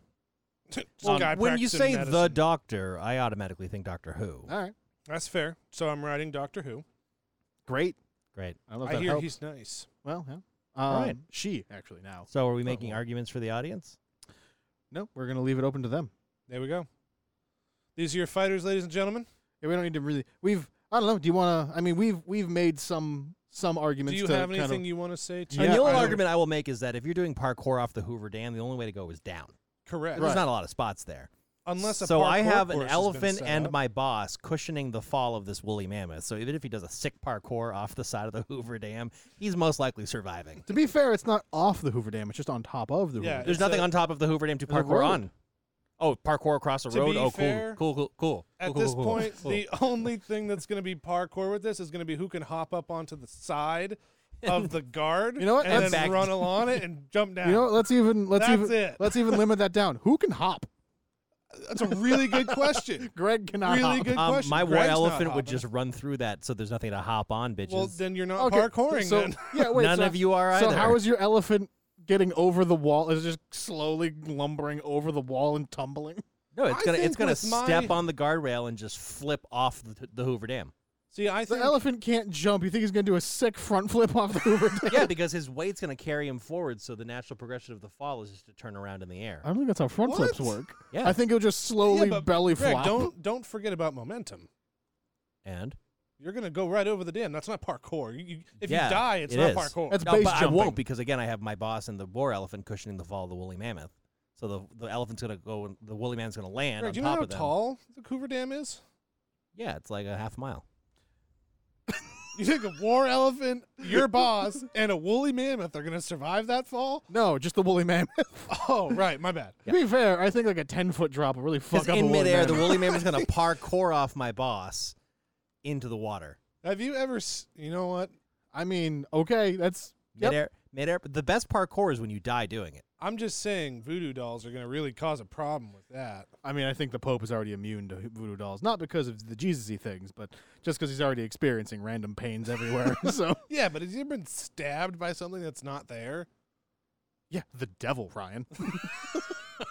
Speaker 3: Just
Speaker 5: Um,
Speaker 3: guy
Speaker 5: when you
Speaker 3: practicing
Speaker 5: say the
Speaker 3: medicine.
Speaker 5: doctor, I automatically think Doctor Who.
Speaker 4: All right,
Speaker 3: that's fair. So I'm writing Doctor Who.
Speaker 4: great.
Speaker 5: Great.
Speaker 4: I don't know if
Speaker 3: I
Speaker 4: that
Speaker 3: hear
Speaker 4: helps.
Speaker 3: he's nice.
Speaker 4: well, yeah. Um,
Speaker 5: Alright.
Speaker 4: She actually now.
Speaker 5: So are we making
Speaker 4: well.
Speaker 5: arguments for the audience?
Speaker 4: No, we're gonna leave it open to them.
Speaker 3: There we go. These are your fighters, ladies and gentlemen.
Speaker 4: Yeah, we don't need to really. We've I don't know. Do you want to? I mean, we've we've made some some
Speaker 3: Do
Speaker 4: arguments.
Speaker 3: you
Speaker 4: to
Speaker 3: have
Speaker 4: kind of-
Speaker 3: anything you want to say? To
Speaker 4: Yeah,
Speaker 5: and the only
Speaker 4: I-
Speaker 5: argument I will make is that if you're doing parkour off the Hoover Dam, the only way to go is down.
Speaker 3: correct?
Speaker 5: There's not a lot of spots there.
Speaker 3: Unless a
Speaker 5: so I
Speaker 3: parkour
Speaker 5: have
Speaker 3: course has
Speaker 5: an
Speaker 3: been
Speaker 5: elephant
Speaker 3: set
Speaker 5: and
Speaker 3: up.
Speaker 5: my boss cushioning the fall of this woolly mammoth. So even if he does a sick parkour off the side of the *laughs* Hoover Dam, he's most likely surviving.
Speaker 4: to be fair, it's not off the Hoover Dam. It's just on top of the
Speaker 3: Yeah,
Speaker 4: Hoover Dam.
Speaker 5: There's
Speaker 3: It's
Speaker 5: nothing
Speaker 3: a-
Speaker 5: on top of the Hoover Dam to
Speaker 4: There's a
Speaker 5: parkour
Speaker 4: road.
Speaker 5: on. Oh, parkour across a
Speaker 3: To
Speaker 5: road.
Speaker 3: be
Speaker 5: oh,
Speaker 3: fair,
Speaker 5: cool, cool, cool, cool.
Speaker 3: At
Speaker 5: Cool, cool,
Speaker 4: *laughs*
Speaker 3: this
Speaker 5: cool, cool,
Speaker 3: point,
Speaker 5: cool.
Speaker 3: the *laughs* only thing that's going to be parkour with this is going to be who can hop up onto the side of
Speaker 4: *laughs*
Speaker 3: the guard
Speaker 4: You know what?
Speaker 3: and
Speaker 4: Let's-
Speaker 3: then run along it and jump down.
Speaker 4: You know, what? let's even let's
Speaker 3: That's
Speaker 4: even
Speaker 3: it.
Speaker 4: let's even limit that down. Who can hop? *laughs*
Speaker 3: that's a really good question.
Speaker 4: Greg cannot
Speaker 3: really
Speaker 4: hop.
Speaker 3: good
Speaker 5: um,
Speaker 3: question.
Speaker 5: my war
Speaker 3: Greg's not
Speaker 5: elephant would
Speaker 3: hopping.
Speaker 5: just run through that, so there's nothing to hop on, bitches.
Speaker 3: Well, then you're not
Speaker 4: Okay,
Speaker 3: parkouring
Speaker 4: so,
Speaker 3: then. *laughs*
Speaker 4: Yeah, wait.
Speaker 5: None
Speaker 4: so,
Speaker 5: of you are
Speaker 4: So
Speaker 5: either.
Speaker 4: how is your elephant getting over the wall? Is it just slowly lumbering over the wall and tumbling?
Speaker 3: *laughs*
Speaker 5: no, it's
Speaker 3: I
Speaker 5: gonna it's
Speaker 3: think
Speaker 5: gonna
Speaker 3: with my-
Speaker 5: step on the guardrail and just flip off the, the Hoover Dam.
Speaker 3: See, I
Speaker 4: The
Speaker 3: think
Speaker 4: elephant can't jump. You think he's gonna do a sick front flip off the Hoover Dam?
Speaker 5: *laughs* yeah, because his weight's gonna carry him forward, so the natural progression of the fall is just to turn around in the air.
Speaker 4: I don't think that's how front
Speaker 3: What?
Speaker 4: flips work.
Speaker 5: Yeah.
Speaker 4: I think it'll just
Speaker 3: Yeah,
Speaker 4: slowly
Speaker 3: but
Speaker 4: belly
Speaker 3: Greg,
Speaker 4: flop.
Speaker 3: Don't don't forget about momentum.
Speaker 5: and
Speaker 3: You're gonna go right over the dam. That's not parkour. You, you, if
Speaker 5: Yeah,
Speaker 3: you die, it's
Speaker 5: it
Speaker 3: not
Speaker 5: is.
Speaker 3: parkour.
Speaker 4: That's
Speaker 5: no,
Speaker 4: base
Speaker 5: but
Speaker 4: jumping.
Speaker 5: I won't because again, I have my boss and the war elephant cushioning the fall of the woolly mammoth. So the the elephant's gonna go, and the woolly man's gonna land
Speaker 3: Greg,
Speaker 5: on
Speaker 3: do you know
Speaker 5: top
Speaker 3: how
Speaker 5: of them.
Speaker 3: tall the Hoover Dam is? *laughs*
Speaker 5: Yeah, it's like a half mile.
Speaker 3: You think a war elephant,
Speaker 5: *laughs*
Speaker 3: your boss, and a woolly mammoth are gonna survive that fall?
Speaker 4: No, just the woolly mammoth.
Speaker 3: *laughs* Oh, right. My bad.
Speaker 4: To be fair, I think like a ten foot drop will really fuck
Speaker 5: Because
Speaker 4: up a
Speaker 5: in
Speaker 4: woolly
Speaker 5: midair, the
Speaker 4: mammoth.
Speaker 5: woolly mammoth's
Speaker 4: *laughs*
Speaker 5: gonna parkour off my boss into the water.
Speaker 3: Have you ever? s- You know what?
Speaker 4: I mean, okay, that's yep.
Speaker 5: Midair, midair. But the best parkour is when you die doing it.
Speaker 3: I'm just saying, voodoo dolls are gonna really cause a problem with that.
Speaker 4: I mean, I think the Pope is already immune to voodoo dolls, not because of the Jesus-y things, but just because he's already experiencing random pains everywhere. *laughs* so,
Speaker 3: Yeah, but has you ever been stabbed by something that's not there?
Speaker 4: yeah, the devil, Ryan.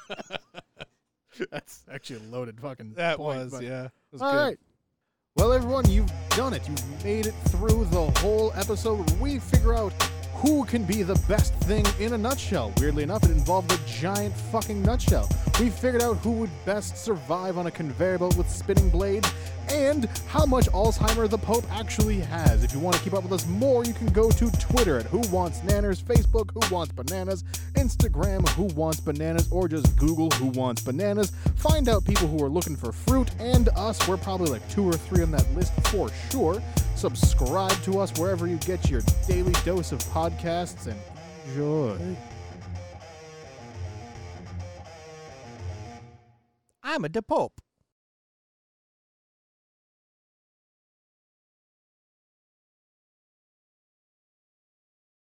Speaker 4: *laughs* That's actually a loaded fucking.
Speaker 3: That
Speaker 4: point,
Speaker 3: was
Speaker 4: but-
Speaker 3: yeah. It was
Speaker 4: All
Speaker 3: good.
Speaker 4: right. Well, everyone, you've done it. You've made it through the whole episode. We figure out who can be the best thing in a nutshell. Weirdly enough, it involved a giant fucking nutshell. We figured out who would best survive on a conveyor belt with spinning blades and how much Alzheimer the Pope actually has. If you want to keep up with us more, you can go to Twitter at Who Wants Nanners, Facebook Who Wants Bananas, Instagram Who Wants Bananas, or just Google Who Wants Bananas. Find out people who are looking for fruit and us. We're probably like two or three on that list for sure. Subscribe to us wherever you get your daily dose of podcasts and enjoy.
Speaker 5: I'm a de Pope.